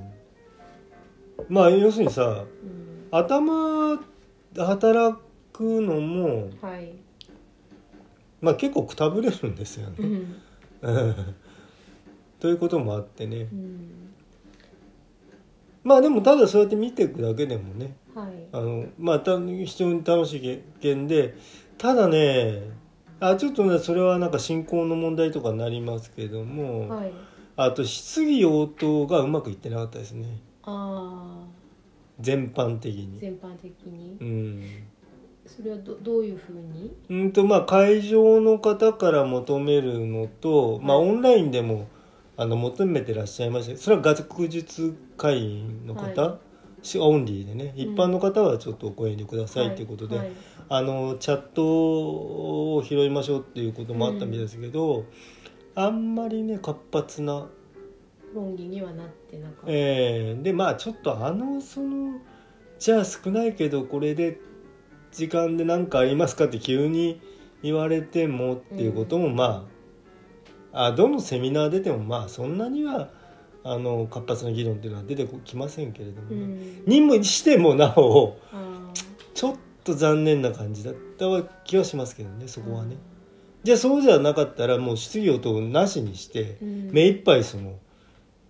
[SPEAKER 1] まあ要するにさ
[SPEAKER 2] うん
[SPEAKER 1] 頭働くのも、
[SPEAKER 2] はい、
[SPEAKER 1] まあ、結構くたぶれるんですよ
[SPEAKER 2] う
[SPEAKER 1] ね。
[SPEAKER 2] ん
[SPEAKER 1] ということもあってね
[SPEAKER 2] うん、
[SPEAKER 1] まあでもただそうやって見ていくだけでもね
[SPEAKER 2] はい
[SPEAKER 1] あのまあた非常に楽しい経験でただねあちょっとねそれはなんか信仰の問題とかになりますけども、
[SPEAKER 2] はい
[SPEAKER 1] あと質疑応答がうまくいってなかったですね
[SPEAKER 2] あ
[SPEAKER 1] 全般的
[SPEAKER 2] ー
[SPEAKER 1] に。
[SPEAKER 2] 全般的に
[SPEAKER 1] うん
[SPEAKER 2] それはどどういうふうに
[SPEAKER 1] うんとまあ会場の方から求めるのと、まあ、オンラインでもあの求めてらっしゃいましたそれは学術会員の方、
[SPEAKER 2] は
[SPEAKER 1] しオンリーでね一般の方はちょっとご遠慮くださいということで、
[SPEAKER 2] はいはい
[SPEAKER 1] あのチャットを拾いましょうっていうこともあったみたいですけど、あんまりね活発な、
[SPEAKER 2] 論議にはなってなかった、
[SPEAKER 1] えーでまあちょっとあのそのじゃあ少ないけどこれで時間で何かありますかって急に言われてもっていうことも、まああどのセミナー出てもまあそんなにはあの活発な議論っていうのは出てきませんけれども
[SPEAKER 2] う
[SPEAKER 1] ね、
[SPEAKER 2] ん、
[SPEAKER 1] にもしてもなお
[SPEAKER 2] あ
[SPEAKER 1] ちょっと残念な感じだった気はしますけどねそこはね。
[SPEAKER 2] うん
[SPEAKER 1] じゃあそうじゃなかったらもう質疑応答なしにして
[SPEAKER 2] ー、うん
[SPEAKER 1] 目いっぱいその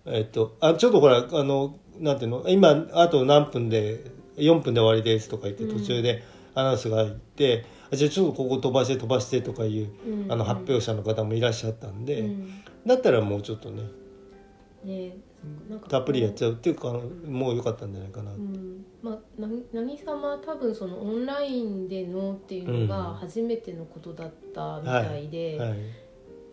[SPEAKER 1] えっとあちょっとほらあのなんていうの今あと何分で4分で終わりですとか言って
[SPEAKER 2] うん
[SPEAKER 1] 途中でアナウンスが入って、あじゃあちょっとここ飛ばして飛ばしてとかいう
[SPEAKER 2] うん
[SPEAKER 1] あの発表者の方もいらっしゃったんで、
[SPEAKER 2] うん
[SPEAKER 1] だったらもうちょっとね
[SPEAKER 2] ねなんか
[SPEAKER 1] たっぷりやっち
[SPEAKER 2] ゃ
[SPEAKER 1] ゃうっていうかもう良かったんじゃないかな
[SPEAKER 2] う、んまあ、な何様多分そのオンラインでのっていうの
[SPEAKER 1] うん
[SPEAKER 2] が初めてのことだったみたいで、
[SPEAKER 1] はい、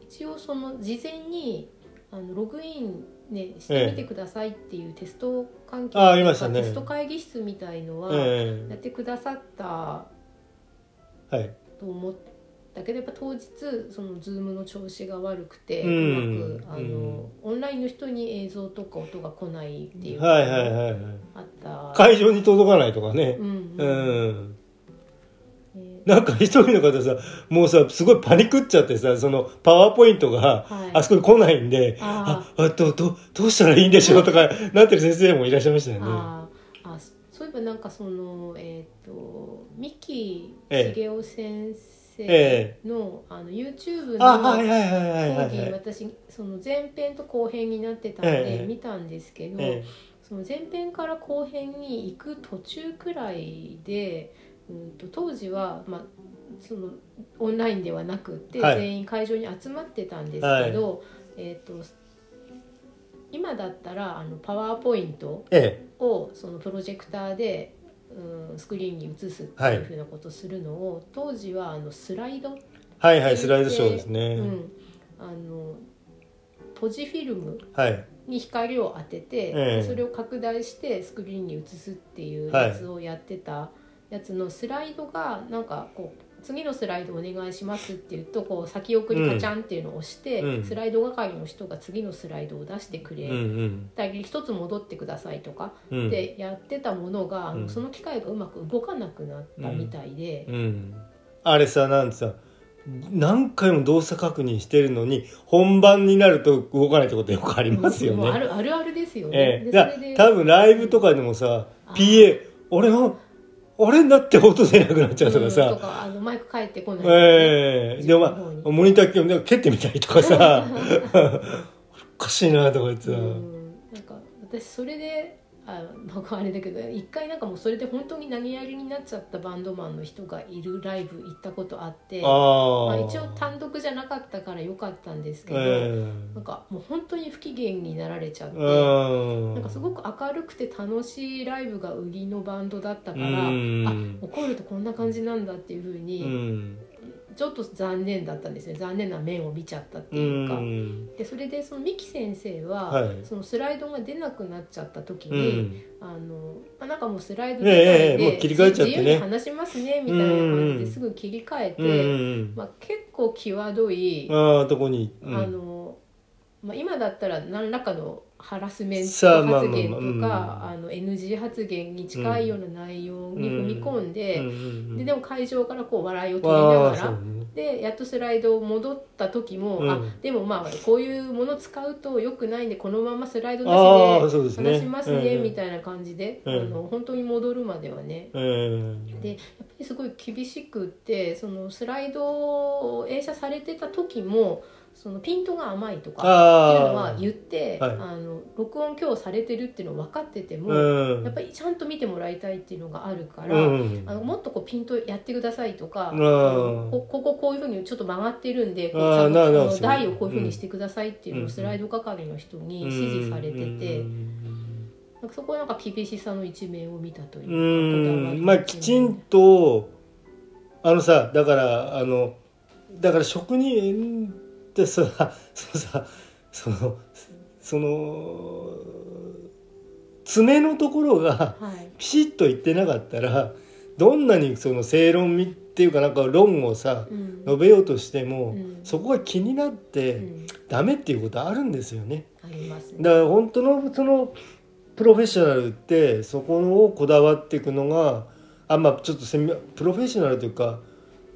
[SPEAKER 2] 一応その事前にあのログイン、ね、してみてくださいっていうテスト関係
[SPEAKER 1] ああ
[SPEAKER 2] と
[SPEAKER 1] り
[SPEAKER 2] いう
[SPEAKER 1] ま
[SPEAKER 2] か
[SPEAKER 1] したね
[SPEAKER 2] テスト会議室みたいのはや
[SPEAKER 1] え
[SPEAKER 2] ってくださった
[SPEAKER 1] えはい
[SPEAKER 2] と思ったけどやっぱ当日その Zoom の調子が悪くて、
[SPEAKER 1] うん
[SPEAKER 2] うまくあの、オンラインの人に映像とか音が来ないっていうの
[SPEAKER 1] はいはい
[SPEAKER 2] が
[SPEAKER 1] はいはい
[SPEAKER 2] あった。
[SPEAKER 1] 会場に届かないとかね
[SPEAKER 2] うん
[SPEAKER 1] う
[SPEAKER 2] うん
[SPEAKER 1] ん
[SPEAKER 2] ね
[SPEAKER 1] なんか一人の方さもうさすごいパニクっちゃってさそのパワーポイントが
[SPEAKER 2] はい
[SPEAKER 1] あそこに来ないんで、
[SPEAKER 2] あ
[SPEAKER 1] ああどどどうしたらいいんでしょうとかなってる先生もいらっしゃいましたよね。
[SPEAKER 2] あーあそそういえばなんかそのえっ、と三木
[SPEAKER 1] ええ
[SPEAKER 2] 茂雄先生
[SPEAKER 1] え
[SPEAKER 2] の,、あの YouTube
[SPEAKER 1] あはい
[SPEAKER 2] の
[SPEAKER 1] はいはいはいは
[SPEAKER 2] 講
[SPEAKER 1] いは
[SPEAKER 2] 義
[SPEAKER 1] い。
[SPEAKER 2] 私その前編と後編になってたんで
[SPEAKER 1] ええ
[SPEAKER 2] 見たんですけど、
[SPEAKER 1] え
[SPEAKER 2] その前編から後編に行く途中くらいでうんと当時は、まあ、そのオンラインではなくて、
[SPEAKER 1] はい
[SPEAKER 2] 全員会場に集まってたんですけど、えー、と今だったらあのパワーポイント
[SPEAKER 1] え
[SPEAKER 2] をそのプロジェクターで、うん、スクリーンに映すっていうふうなことをするのを、当時はあのスライド、
[SPEAKER 1] えはいはいスライドショーです
[SPEAKER 2] う
[SPEAKER 1] ね、
[SPEAKER 2] ん、あのポジフィルム
[SPEAKER 1] はい
[SPEAKER 2] に光を当てて、
[SPEAKER 1] ええ
[SPEAKER 2] それを拡大してスクリーンに映すっていう
[SPEAKER 1] はい
[SPEAKER 2] やつをやってたやつのスライドがなんかこう次のスライドお願いしますっていうとこう先送りカチャンっていうのを押して、
[SPEAKER 1] うん
[SPEAKER 2] スライド係の人が次のスライドを出してく
[SPEAKER 1] う
[SPEAKER 2] れ
[SPEAKER 1] んうん
[SPEAKER 2] たり一つ戻ってくださいとか
[SPEAKER 1] うん
[SPEAKER 2] でやってたものが、あの
[SPEAKER 1] うん
[SPEAKER 2] その機械がうまく動かなくなったみたいで、
[SPEAKER 1] うんあれさなんてさ何回も動作確認してるのに本番になると動かないってことよくありますよ
[SPEAKER 2] もうあ
[SPEAKER 1] ね。
[SPEAKER 2] るあるあるですよね。
[SPEAKER 1] ええ、
[SPEAKER 2] で
[SPEAKER 1] だ
[SPEAKER 2] それで
[SPEAKER 1] 多分ライブとかでもさ
[SPEAKER 2] あー
[SPEAKER 1] PA 俺の俺だって音出なくなっちゃうとか
[SPEAKER 2] うん
[SPEAKER 1] さ、
[SPEAKER 2] あのマイク返ってこないとかね、
[SPEAKER 1] ええでも、まあ、モニター機を蹴ってみたりとかさおかしいなとか言ってさ、
[SPEAKER 2] うんなんか私それであ、まあ、あれだけど一回なんかもうそれで本当に投げやりになっちゃったバンドマンの人がいるライブ行ったことあって
[SPEAKER 1] あ、
[SPEAKER 2] ま
[SPEAKER 1] あ
[SPEAKER 2] あ、一応単独じゃなかったから良かったんですけど、
[SPEAKER 1] え
[SPEAKER 2] なんかもう本当に不機嫌になられちゃっ
[SPEAKER 1] え
[SPEAKER 2] て、
[SPEAKER 1] うん
[SPEAKER 2] なんかすごく明るくて楽しいライブが売りのバンドだったから、
[SPEAKER 1] うん
[SPEAKER 2] あ怒るとこんな感じなんだっていうふう
[SPEAKER 1] う
[SPEAKER 2] に、
[SPEAKER 1] ん
[SPEAKER 2] ちょっと残念だったんですね残念な面を見ちゃったって
[SPEAKER 1] う
[SPEAKER 2] いうか。
[SPEAKER 1] ん
[SPEAKER 2] でそれでその三木先生は、
[SPEAKER 1] はい
[SPEAKER 2] そのスライドが出なくなっちゃった時
[SPEAKER 1] う
[SPEAKER 2] に、
[SPEAKER 1] ん
[SPEAKER 2] あのあなんかもうスライド
[SPEAKER 1] ねえ
[SPEAKER 2] 出ない
[SPEAKER 1] ええ
[SPEAKER 2] で
[SPEAKER 1] もう切り替えちゃってね
[SPEAKER 2] 自由に話しますねみたいな感じ
[SPEAKER 1] うん
[SPEAKER 2] ですぐ切り替えて、
[SPEAKER 1] うんうん
[SPEAKER 2] まあ、結構際どい、
[SPEAKER 1] ああどこに、うん
[SPEAKER 2] あのまあ、今だったら何らかのハラスメント
[SPEAKER 1] さあまあまあ
[SPEAKER 2] 発言とか、
[SPEAKER 1] まあ
[SPEAKER 2] あの NG 発言に近いような内容に踏み込んで,、でで
[SPEAKER 1] も
[SPEAKER 2] も会場からこう笑いを取りながら。
[SPEAKER 1] ね、
[SPEAKER 2] でやっとスライド戻った時も、
[SPEAKER 1] うん
[SPEAKER 2] あでもまあこういうもの使うと良くないんでこのままスライド
[SPEAKER 1] ああ
[SPEAKER 2] なし
[SPEAKER 1] そうです
[SPEAKER 2] で
[SPEAKER 1] ね
[SPEAKER 2] 話しますねみ
[SPEAKER 1] い
[SPEAKER 2] たいな感じで、
[SPEAKER 1] うん
[SPEAKER 2] あの本当に戻るまではね。
[SPEAKER 1] な、うん
[SPEAKER 2] でやっぱりすごい厳しくってそのスライドを映写されてた時もそのピントが甘いとかっていうのは
[SPEAKER 1] あ
[SPEAKER 2] 言ってあ、
[SPEAKER 1] はい
[SPEAKER 2] の録音今日されてるっていうのを分かってても、
[SPEAKER 1] うん
[SPEAKER 2] やっぱりちゃんと見てもらいたいっていうのがあるから、
[SPEAKER 1] うん
[SPEAKER 2] あのもっとこうピントやってくださいとか、
[SPEAKER 1] うん
[SPEAKER 2] ここここういうふうにちょっと曲がってるんでこう
[SPEAKER 1] あー
[SPEAKER 2] ちゃん
[SPEAKER 1] なるほど
[SPEAKER 2] とあ
[SPEAKER 1] そう
[SPEAKER 2] の
[SPEAKER 1] いう
[SPEAKER 2] 台をこういうふうにしてくださいっていうの
[SPEAKER 1] う
[SPEAKER 2] を
[SPEAKER 1] ん
[SPEAKER 2] スライド係の人に指示されてて、
[SPEAKER 1] うん
[SPEAKER 2] なんかそこはなんか厳しさの一面を見たという
[SPEAKER 1] う
[SPEAKER 2] か
[SPEAKER 1] んまあきちんとあのさだからあのだから職人ってさそのさそのその爪のところが
[SPEAKER 2] はい
[SPEAKER 1] ピシッと言ってなかったらどんなにその正論みっていうかなんか論をさ
[SPEAKER 2] うん
[SPEAKER 1] 述べようとしても、
[SPEAKER 2] うん
[SPEAKER 1] そこが気になっ
[SPEAKER 2] う
[SPEAKER 1] て
[SPEAKER 2] ん
[SPEAKER 1] ダメっていうことあるんですよね。
[SPEAKER 2] ありますね
[SPEAKER 1] だから本当のそのプロフェッショナルってそこをこだわっていくのがあまあちょっとセミプロフェッショナルというか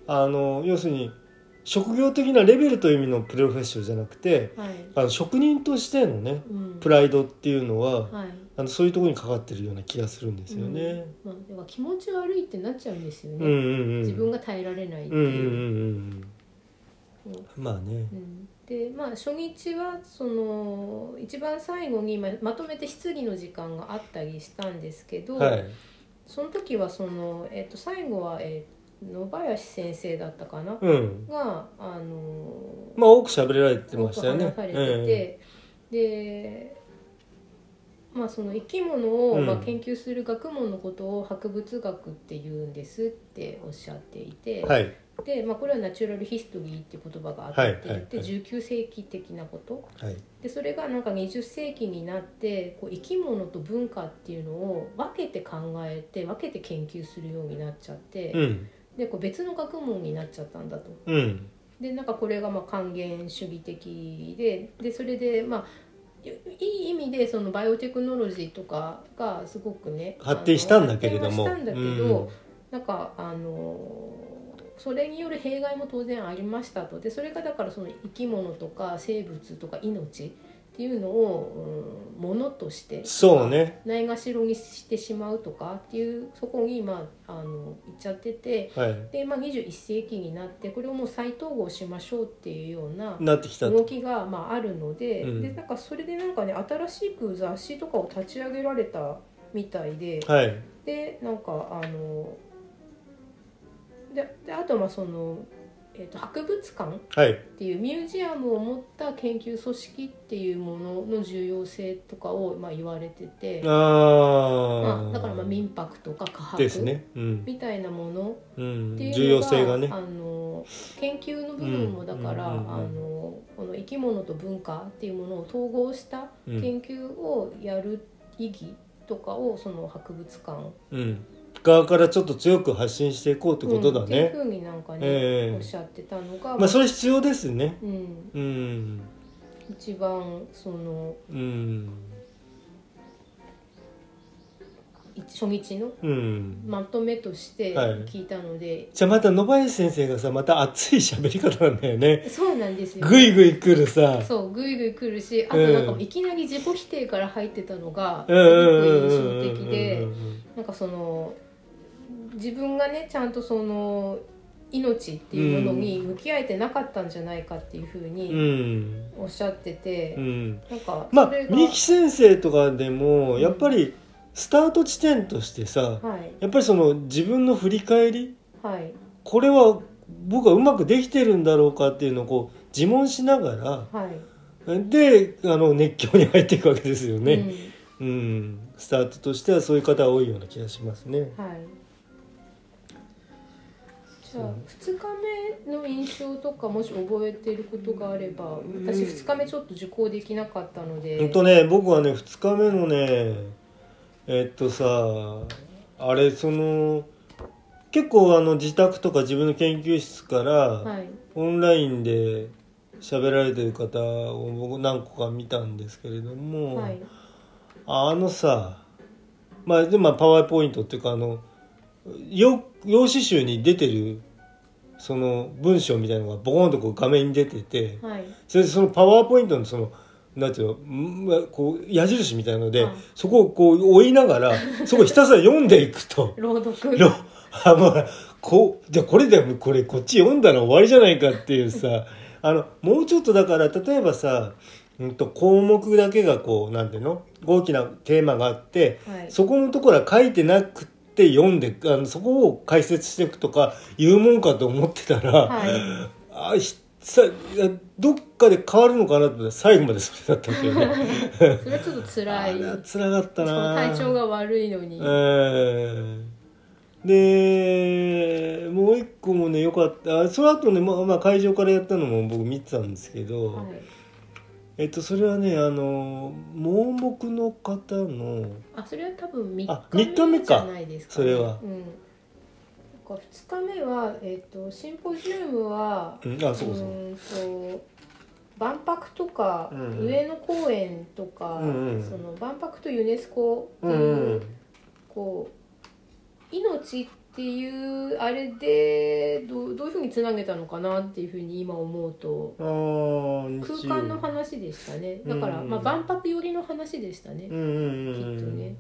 [SPEAKER 1] あの要するに職業的なレベルという意味のプロフェッショナルじゃなくて
[SPEAKER 2] はい、
[SPEAKER 1] あの職人としてのね
[SPEAKER 2] うん
[SPEAKER 1] プライドっていうのは
[SPEAKER 2] はい
[SPEAKER 1] あのそういうところにかかってるような気がするんですよね。
[SPEAKER 2] まあ、だから気持ち悪いってなっちゃうんですよ
[SPEAKER 1] う
[SPEAKER 2] ね、
[SPEAKER 1] んうんうん、
[SPEAKER 2] 自分が耐えられないって
[SPEAKER 1] うんうん
[SPEAKER 2] いう。
[SPEAKER 1] うんうんまあね
[SPEAKER 2] うんでまあ初日はその一番最後にままとめて質疑の時間があったりしたんですけど、
[SPEAKER 1] はい
[SPEAKER 2] その時はその、えっと最後は、えー野林先生だったかな、
[SPEAKER 1] うん
[SPEAKER 2] があの
[SPEAKER 1] まあ多く喋られてましたよ
[SPEAKER 2] よ
[SPEAKER 1] ね
[SPEAKER 2] く話されて
[SPEAKER 1] え
[SPEAKER 2] て、でまあその生き物を、
[SPEAKER 1] うん
[SPEAKER 2] まあ、研究する学問のことを博物学って言うんですっておっしゃっていて。
[SPEAKER 1] えはい
[SPEAKER 2] で、まあ、これはナチュラルヒストリーっていう言葉があって、
[SPEAKER 1] はいはいはい
[SPEAKER 2] で19世紀的なこと
[SPEAKER 1] はい
[SPEAKER 2] でそれがなんか20世紀になってこう生き物と文化っていうのを分けて考えて分けて研究するようになっちゃって、
[SPEAKER 1] うん
[SPEAKER 2] でこう別の学問になっちゃったんだと。
[SPEAKER 1] うん
[SPEAKER 2] でなんかこれがまあ還元主義的ででそれでまあいいい意味でそのバイオテクノロジーとかがすごくね
[SPEAKER 1] 発展したんだけれども
[SPEAKER 2] あの発展はしたんだけど、なんかあのそれによる弊害も当然ありましたとでそれがだからその生き物とか生物とか命っていうのを、うん、ものとして
[SPEAKER 1] そうね
[SPEAKER 2] ないがしろにしてしまうとかっていうそこに今あの行っちゃってて
[SPEAKER 1] はい
[SPEAKER 2] で、まあ、21世紀になってこれをもう再統合しましょうっていうような
[SPEAKER 1] なってきたと
[SPEAKER 2] 動きが、まあ、あるので,、
[SPEAKER 1] うん
[SPEAKER 2] でなんかそれでなんかね新しく雑誌とかを立ち上げられたみたいで。
[SPEAKER 1] はい
[SPEAKER 2] でなんかあのでであとまあその、えー、と博物館
[SPEAKER 1] はい
[SPEAKER 2] っていうミュージアムを持った研究組織っていうものの重要性とかをまあ言われてて、
[SPEAKER 1] あ
[SPEAKER 2] ま
[SPEAKER 1] あ
[SPEAKER 2] あ、だからまあ民泊とか科博
[SPEAKER 1] ですねうん、
[SPEAKER 2] みたいなもの
[SPEAKER 1] うん、
[SPEAKER 2] っていうのが
[SPEAKER 1] 重要性がね
[SPEAKER 2] あの研究の部分もだから、
[SPEAKER 1] うんうんうんうん
[SPEAKER 2] あのこの生き物と文化っていうものを統合した
[SPEAKER 1] うん
[SPEAKER 2] 研究をやる意義とかをその博物館
[SPEAKER 1] うん、側からちょっと強く発信していこうってことだ
[SPEAKER 2] うんっていう
[SPEAKER 1] ね
[SPEAKER 2] ふ、うになんかね、
[SPEAKER 1] ええ
[SPEAKER 2] おっしゃってたのが、
[SPEAKER 1] まあそれ必要ですね
[SPEAKER 2] うん、
[SPEAKER 1] うん
[SPEAKER 2] 一番その
[SPEAKER 1] うん
[SPEAKER 2] い初日の
[SPEAKER 1] うん
[SPEAKER 2] まとめとして
[SPEAKER 1] はい
[SPEAKER 2] 聞いたので、
[SPEAKER 1] じゃあまた野林先生がさまた熱い喋り方なんだよね
[SPEAKER 2] そうなんですよ
[SPEAKER 1] ぐいぐい来るさ
[SPEAKER 2] そうぐいぐい来るしあと
[SPEAKER 1] うん
[SPEAKER 2] なんかいきなり自己否定から入ってたのがす
[SPEAKER 1] う
[SPEAKER 2] ご
[SPEAKER 1] ん
[SPEAKER 2] く
[SPEAKER 1] うんう
[SPEAKER 2] 印
[SPEAKER 1] ん
[SPEAKER 2] 象的
[SPEAKER 1] う
[SPEAKER 2] で
[SPEAKER 1] んうんうん
[SPEAKER 2] なんかその自分がねちゃんとその命っていうものに向き合えてなかったんじゃないかっていうふう
[SPEAKER 1] う
[SPEAKER 2] に
[SPEAKER 1] ん
[SPEAKER 2] おっしゃってて、
[SPEAKER 1] うん
[SPEAKER 2] なんか
[SPEAKER 1] まあ
[SPEAKER 2] それが、
[SPEAKER 1] 三木先生とかでも
[SPEAKER 2] うん
[SPEAKER 1] やっぱりスタート地点としてさ
[SPEAKER 2] はい
[SPEAKER 1] やっぱりその自分の振り返り
[SPEAKER 2] はい
[SPEAKER 1] これは僕はうまくできてるんだろうかっていうのをこう自問しながら
[SPEAKER 2] はい、
[SPEAKER 1] であの熱狂に入っていくわけですよね、
[SPEAKER 2] うん
[SPEAKER 1] うんスタートとしてはそういう方多いような気がしますね。
[SPEAKER 2] はい。じゃ
[SPEAKER 1] そ
[SPEAKER 2] あ
[SPEAKER 1] う
[SPEAKER 2] 2日目の印象とかもし覚えてることがあれば
[SPEAKER 1] うん
[SPEAKER 2] 私2日目ちょっと受講できなかったので、
[SPEAKER 1] ほんとね僕はね2日目のねえっとさあれその結構あの自宅とか自分の研究室から
[SPEAKER 2] はい
[SPEAKER 1] オンラインで喋られてる方を僕何個か見たんですけれども、
[SPEAKER 2] はい
[SPEAKER 1] あのさまあでまあパワーポイントっていうかあの用用紙集に出てるその文章みたいなのがボコンとこう画面に出てて
[SPEAKER 2] はい
[SPEAKER 1] それでそのパワーポイントのそのなんていうのんまあこう矢印みたいので、
[SPEAKER 2] うん
[SPEAKER 1] そこをこう追いながらそこひたすら読んでいくと。
[SPEAKER 2] 朗読
[SPEAKER 1] ろあまあこうじゃあこれでもこれこっち読んだら終わりじゃないかっていうさあのもうちょっとだから例えばさ、うん、と項目だけがこうなんていうの大きなテーマがあって
[SPEAKER 2] はい
[SPEAKER 1] そこのところは書いてなくて読んであのそこを解説していくとかいうもんかと思ってたら、
[SPEAKER 2] はい
[SPEAKER 1] あひさいやどっかで変わるのかなと思ったら最後までそれだったんだよね
[SPEAKER 2] それはちょっと辛
[SPEAKER 1] あ
[SPEAKER 2] い
[SPEAKER 1] れは辛かった
[SPEAKER 2] そ
[SPEAKER 1] な
[SPEAKER 2] の体調が悪いのに、
[SPEAKER 1] うんでもう一個もねよかったあその後ね、まあまあ、会場からやったのも僕見てたんですけど、
[SPEAKER 2] はい、
[SPEAKER 1] えっとそれはねあの盲目の方の
[SPEAKER 2] あそれは多分
[SPEAKER 1] あ三日
[SPEAKER 2] 3日
[SPEAKER 1] 目
[SPEAKER 2] 目
[SPEAKER 1] か
[SPEAKER 2] じゃないですか、
[SPEAKER 1] それは
[SPEAKER 2] うん、なんか2日目は、えっとシンポジウムは
[SPEAKER 1] うんあそうかそうう
[SPEAKER 2] ーんと万博とか、
[SPEAKER 1] うん
[SPEAKER 2] 上野公園とか、
[SPEAKER 1] うんうん
[SPEAKER 2] その万博とユネスコって
[SPEAKER 1] う
[SPEAKER 2] い
[SPEAKER 1] ん
[SPEAKER 2] う,、
[SPEAKER 1] うん
[SPEAKER 2] こう命っていうあれでどうどういうふうにつなげたのかなっていうふうに今思うと
[SPEAKER 1] あー
[SPEAKER 2] 空
[SPEAKER 1] 日曜
[SPEAKER 2] 間の話でしたねだから、
[SPEAKER 1] うん
[SPEAKER 2] まあ、万博寄りの話でしたね
[SPEAKER 1] う、んうんうんうん
[SPEAKER 2] きっとね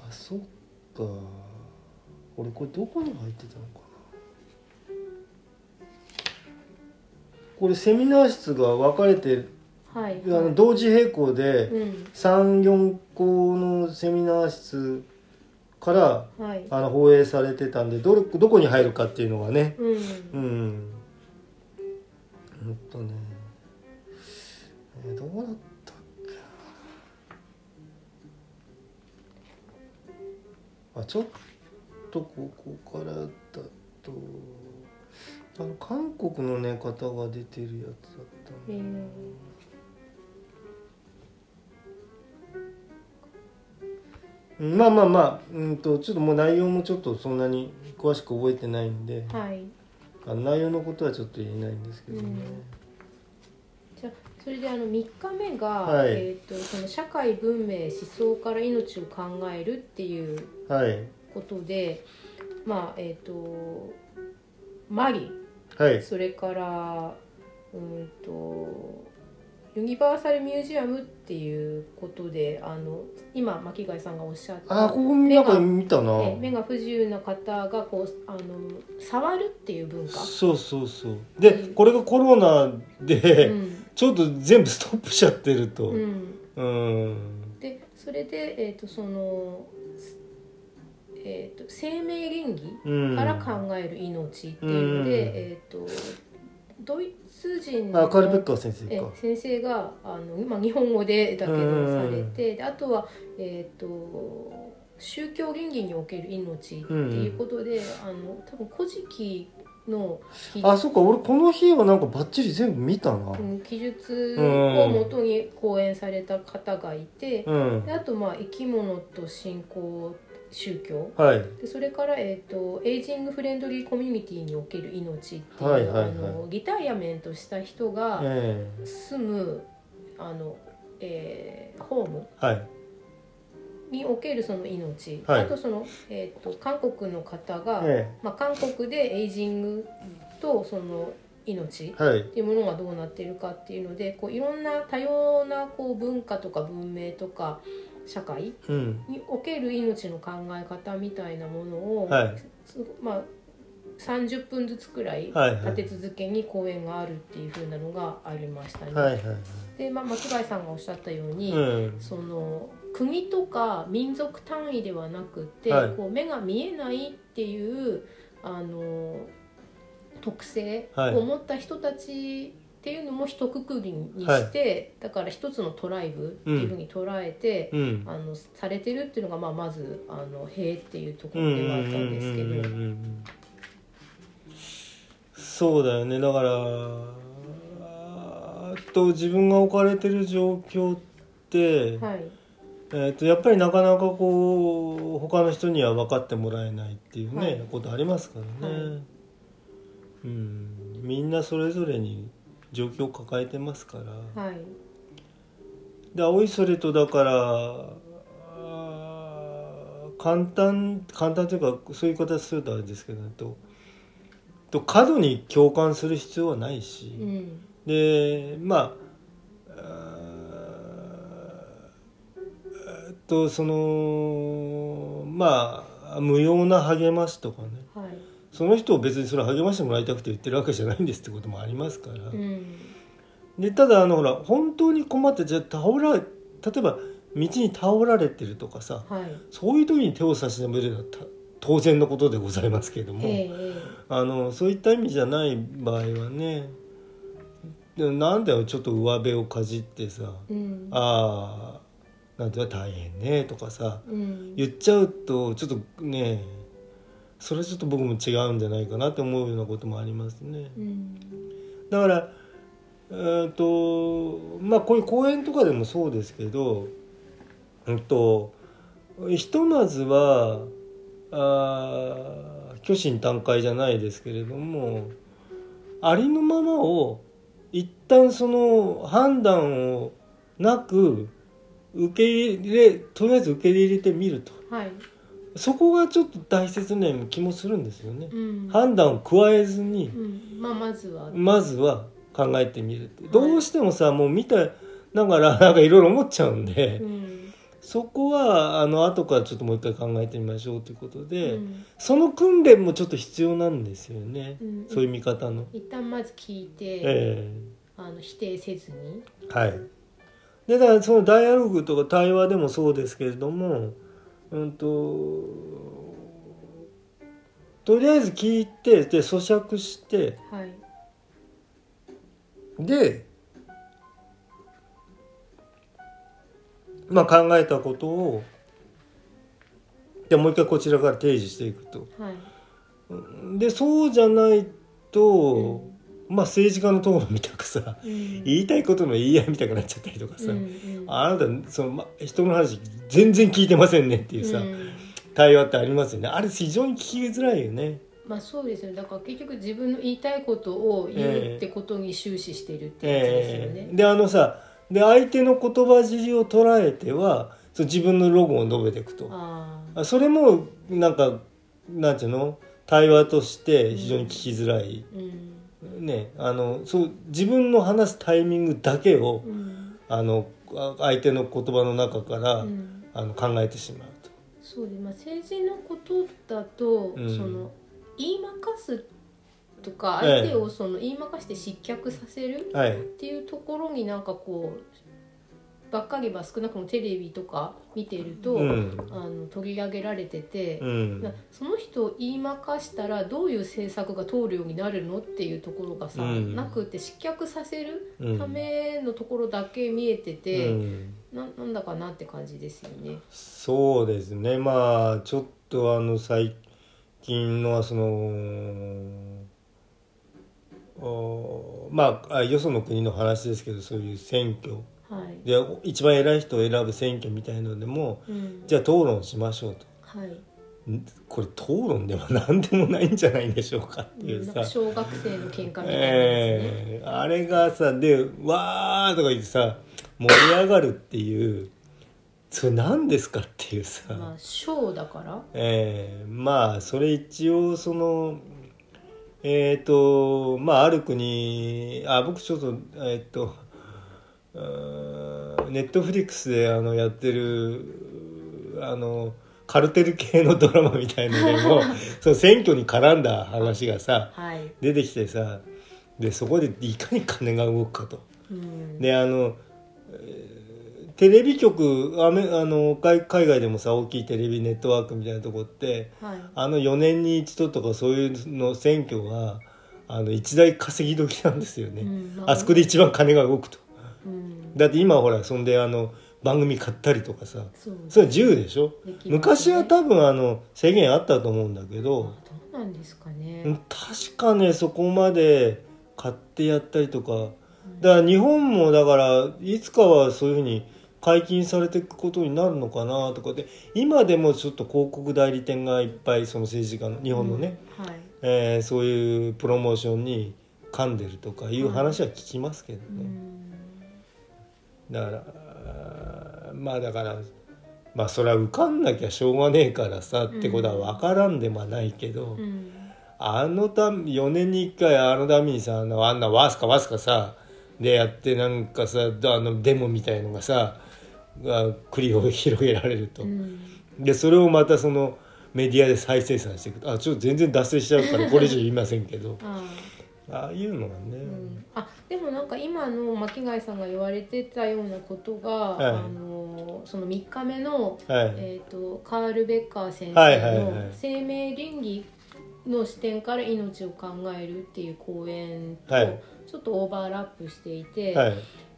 [SPEAKER 1] あそっか俺これどこに入ってたのかなこれセミナー室が分かれて
[SPEAKER 2] はい、
[SPEAKER 1] あの同時並行
[SPEAKER 2] う
[SPEAKER 1] で
[SPEAKER 2] ん
[SPEAKER 1] 34校のセミナー室から
[SPEAKER 2] はい
[SPEAKER 1] あの放映されてたんでどれどこに入るかっていうのがね
[SPEAKER 2] うん
[SPEAKER 1] うん。ほんとね。えーどうだったっけ。あ、ちょっとここからだと。あの韓国のね、方が出てるやつだったん
[SPEAKER 2] え
[SPEAKER 1] だよな
[SPEAKER 2] ー
[SPEAKER 1] うんまあまあまあ、うんと、ちょっともう内容もちょっとそんなに詳しく覚えてないんで。
[SPEAKER 2] はい
[SPEAKER 1] あの内容のことはちょっと言えないんですけどね。
[SPEAKER 2] じゃあそれであの3日目が、
[SPEAKER 1] はい
[SPEAKER 2] えー、とその社会文明思想から命を考えるっていう
[SPEAKER 1] はい。
[SPEAKER 2] ことでまあえっ、とマリ
[SPEAKER 1] はい。
[SPEAKER 2] それからうーんとユニバーサルミュージアムっていうことであの今巻貝さんがおっしゃっ
[SPEAKER 1] あ、
[SPEAKER 2] た
[SPEAKER 1] ここなんか見たな。
[SPEAKER 2] ね目が不自由な方がこうあの触るっていう文化。
[SPEAKER 1] そうそうそうで、
[SPEAKER 2] うん
[SPEAKER 1] これがコロナ
[SPEAKER 2] う
[SPEAKER 1] で、
[SPEAKER 2] ん
[SPEAKER 1] ちょっと全部ストップしちゃってると
[SPEAKER 2] うん
[SPEAKER 1] うん、
[SPEAKER 2] でそれで、えー、とその、すええー、と生命倫理
[SPEAKER 1] うん
[SPEAKER 2] から考える命っていうので、
[SPEAKER 1] うん
[SPEAKER 2] えー、とドイツ人
[SPEAKER 1] あ
[SPEAKER 2] の
[SPEAKER 1] カールベッカー先生
[SPEAKER 2] え
[SPEAKER 1] か
[SPEAKER 2] 先生があの、まあ、日本語でだけ
[SPEAKER 1] うん
[SPEAKER 2] どされてであとは、えー、と宗教倫理における命っていうことで、あの多分「古事記」の記
[SPEAKER 1] あそうか俺この日はなんかバッチリ全部見たな
[SPEAKER 2] うん記述をもとに講演された方がいて、
[SPEAKER 1] うん
[SPEAKER 2] であとまあ生き物と信仰宗教
[SPEAKER 1] はい
[SPEAKER 2] でそれから、えー、とエイジングフレンドリーコミュニティにおける命っていう、
[SPEAKER 1] はいはいはい
[SPEAKER 2] あのリタイアメントした人が
[SPEAKER 1] え
[SPEAKER 2] 住むあの、えーホーム
[SPEAKER 1] えはい
[SPEAKER 2] におけるその命、
[SPEAKER 1] はい
[SPEAKER 2] あとその、えー、と韓国の方が、
[SPEAKER 1] え
[SPEAKER 2] まあ、韓国でエイジングとその命
[SPEAKER 1] えはい
[SPEAKER 2] っていうものがどうなっているかっていうのでこういろんな多様なこう文化とか文明とか社会
[SPEAKER 1] うん
[SPEAKER 2] における命の考え方みたいなものを、
[SPEAKER 1] はい
[SPEAKER 2] すまあ、30分ずつくらい
[SPEAKER 1] はいはい
[SPEAKER 2] 立て続けに講演があるっていう風なのがありましたね。
[SPEAKER 1] はいはいは
[SPEAKER 2] で、まあ、巻貝さんがおっしゃったよう
[SPEAKER 1] い
[SPEAKER 2] に、
[SPEAKER 1] うん
[SPEAKER 2] その国とか民族単位ではなくて、
[SPEAKER 1] はい
[SPEAKER 2] こう目が見えないっていうあの特性
[SPEAKER 1] はい
[SPEAKER 2] を持った人たちっていうのも一括りにして、だから一つのトライブっていうふうに捉えて、
[SPEAKER 1] うん
[SPEAKER 2] あのされてるっていうのが、まあ、まずあのへえっていうところではあったんですけど。
[SPEAKER 1] うんうんうんうんうんそうだよねだからあーっと自分が置かれてる状況って、
[SPEAKER 2] はい、
[SPEAKER 1] えー、とやっぱりなかなかこう他の人には分かってもらえないっていうね、
[SPEAKER 2] はい
[SPEAKER 1] ことありますからね、
[SPEAKER 2] はい
[SPEAKER 1] うんみんなそれぞれに状況を抱えてますから、
[SPEAKER 2] はい、
[SPEAKER 1] で青いそれとだからあー簡単簡単というかそういう言い方するとあれですけどとと過度に共感する必要はないし、
[SPEAKER 2] うん、
[SPEAKER 1] でまああーえっとそのまあ無用な励ましとかね
[SPEAKER 2] はい、
[SPEAKER 1] その人を別にそれ励ましてもらいたくて言ってるわけじゃないんですってこともありますから。
[SPEAKER 2] うん、
[SPEAKER 1] でただあのほら本当に困ってじゃあ倒ら例えば道に倒られてるとかさ
[SPEAKER 2] はい、
[SPEAKER 1] そういう時に手を差し伸べるのはた当然のことでございますけれども、
[SPEAKER 2] えええ
[SPEAKER 1] あのそういった意味じゃない場合はねでなんだよちょっと上辺をかじってさ
[SPEAKER 2] えうん、
[SPEAKER 1] ああなんていうの大変ねとかさ
[SPEAKER 2] うん、
[SPEAKER 1] 言っちゃうとちょっとねそれはちょっと僕も違うんじゃないかなって思うようなこともありますね。
[SPEAKER 2] うん、
[SPEAKER 1] だから、えーとまあ、こういう講演とかでもそうですけど、うん、とひとまずはあー虚心坦懐じゃないですけれどもありのままを一旦その判断をなく受け入れとりあえず受け入れてみると
[SPEAKER 2] はい、
[SPEAKER 1] そこがちょっと大切な気もするんですよね。
[SPEAKER 2] うん、
[SPEAKER 1] 判断を加えずに、
[SPEAKER 2] うん、まあまずは、
[SPEAKER 1] まずは考えてみるって
[SPEAKER 2] い
[SPEAKER 1] どうしてもさもう見たながら なんかいろいろ思っちゃうんで、
[SPEAKER 2] うん、
[SPEAKER 1] そこはあの後からちょっともう一回考えてみましょうということ
[SPEAKER 2] う
[SPEAKER 1] で、
[SPEAKER 2] ん、
[SPEAKER 1] その訓練もちょっと必要なんですよね、
[SPEAKER 2] うん
[SPEAKER 1] そういう見方の。
[SPEAKER 2] 一旦まず聞いて、
[SPEAKER 1] え
[SPEAKER 2] あの否定せずに、
[SPEAKER 1] えはい、でだからそのダイアログとか対話でもそうですけれども、うん、ととりあえず聞いてで咀嚼して。
[SPEAKER 2] はい、
[SPEAKER 1] でまあ考えたことをでもう一回こちらから提示していくと
[SPEAKER 2] はい、
[SPEAKER 1] でそうじゃないと、
[SPEAKER 2] ん
[SPEAKER 1] まあ政治家の討論みたくさ
[SPEAKER 2] うん、
[SPEAKER 1] 言いたいことの言い合いみたくなっちゃったりとかさ、
[SPEAKER 2] うん、うん、
[SPEAKER 1] あなたその、ま、人の話全然聞いてませんねっていうさ、
[SPEAKER 2] うん
[SPEAKER 1] 対話ってありますよねあれ非常に聞きづらいよね
[SPEAKER 2] まあそうですよね。だから結局自分の言いたいことを言うってことに終始しているってやつですよ
[SPEAKER 1] え
[SPEAKER 2] ね
[SPEAKER 1] え。であのさで相手の言葉尻を捉えてはそう自分のロゴを述べていくと
[SPEAKER 2] ああ、
[SPEAKER 1] あそれもなんかなんていうの対話として非常に聞きづらい、
[SPEAKER 2] うん、
[SPEAKER 1] ねあのそう自分の話すタイミングだけを、
[SPEAKER 2] うん、
[SPEAKER 1] あのあ相手の言葉の中から、
[SPEAKER 2] うん。
[SPEAKER 1] あの考えてしまうと。
[SPEAKER 2] そうで、まあ政治のことだと、
[SPEAKER 1] うん
[SPEAKER 2] その言いまかすとか
[SPEAKER 1] ええ
[SPEAKER 2] 相手をその言いまかして失脚させる
[SPEAKER 1] はい
[SPEAKER 2] っていうところになんかこうばっかりは少なくともテレビとか見ていると、
[SPEAKER 1] うん
[SPEAKER 2] あの取り上げられてて、
[SPEAKER 1] うん
[SPEAKER 2] なその人を言いまかしたらどういう政策が通るようになるのっていうところがさ、
[SPEAKER 1] うん
[SPEAKER 2] なくて失脚させる
[SPEAKER 1] うん
[SPEAKER 2] ためのところだけ見えて
[SPEAKER 1] う
[SPEAKER 2] て、
[SPEAKER 1] ん
[SPEAKER 2] ななんだかなって感じですよね。
[SPEAKER 1] そうですねまあちょっとあの最近のはそのおまああよその国の話ですけどそういう選挙
[SPEAKER 2] はい、
[SPEAKER 1] で一番偉い人を選ぶ選挙みたいのでも
[SPEAKER 2] うん
[SPEAKER 1] じゃあ討論しましょうと
[SPEAKER 2] はい
[SPEAKER 1] んこれ討論では何でも ないんじゃないでしょうかっていう
[SPEAKER 2] なん
[SPEAKER 1] さ
[SPEAKER 2] か。小学生の喧嘩みたいなやつね。
[SPEAKER 1] ええあれがさで「わー」とか言ってさ盛り上がるっていうそれ何ですかっていうさ、
[SPEAKER 2] まあ、ショーだから。
[SPEAKER 1] ええまあそれ一応そのえっ、とまあある国あ僕ちょっとえっ、とネットフリックスであのやってるうーあのカルテル系のドラマみたいのでもその選挙に絡んだ話がさ
[SPEAKER 2] はい。
[SPEAKER 1] 出てきてさでそこでいかに金が動くかと。
[SPEAKER 2] うん。
[SPEAKER 1] であのえーテレビ局アメあの海海外でもさ大きいテレビネットワークみたいなとこって
[SPEAKER 2] はい。
[SPEAKER 1] あの4年に一度とかそういうの選挙はあの一大稼ぎ時なんですよね、
[SPEAKER 2] うんまあ
[SPEAKER 1] あそこで一番金が動くと
[SPEAKER 2] うん。
[SPEAKER 1] だって今ほらそんであの番組買ったりとかさ
[SPEAKER 2] そう。
[SPEAKER 1] それは自由でしょ
[SPEAKER 2] できますね
[SPEAKER 1] 昔は多分あの制限あったと思うんだけ
[SPEAKER 2] あど
[SPEAKER 1] ど
[SPEAKER 2] うなんですかね。
[SPEAKER 1] 確かねそこまで買ってやったりとか
[SPEAKER 2] うん
[SPEAKER 1] だから日本もだからいつかはそういうふうに解禁されていくことになるのかなとかで今でもちょっと広告代理店がいっぱいその政治家の日本のね、。
[SPEAKER 2] うんはい。
[SPEAKER 1] えーそういうプロモーションに噛んでるとかいう話は聞きますけど
[SPEAKER 2] う
[SPEAKER 1] ね、
[SPEAKER 2] ん。
[SPEAKER 1] だからあーまあだからまあそれは受かんなきゃしょうがねえからさってことは分からんでもないけど、
[SPEAKER 2] うん。
[SPEAKER 1] あのため4年に1回あのためにさあのあんなわすかわすかさでやってなんかさあのデモみたいのがさが繰り広げられると、
[SPEAKER 2] うん。
[SPEAKER 1] でそれをまたそのメディアで再生産していくとあちょっと全然脱線しちゃうからこれ以上言いませんけど
[SPEAKER 2] あ
[SPEAKER 1] ああいうのが
[SPEAKER 2] ー。うん
[SPEAKER 1] ね、。
[SPEAKER 2] あ、でもなんか今の巻貝さんが言われてたようなことが、
[SPEAKER 1] い
[SPEAKER 2] あのその三日目の
[SPEAKER 1] はい、
[SPEAKER 2] えー、とカール・ベッカー先
[SPEAKER 1] はいはいは
[SPEAKER 2] 生
[SPEAKER 1] い
[SPEAKER 2] の「生命倫理の視点から命を考える」っていう講演と
[SPEAKER 1] はい
[SPEAKER 2] ちょっとオーバーラップしていて、
[SPEAKER 1] はい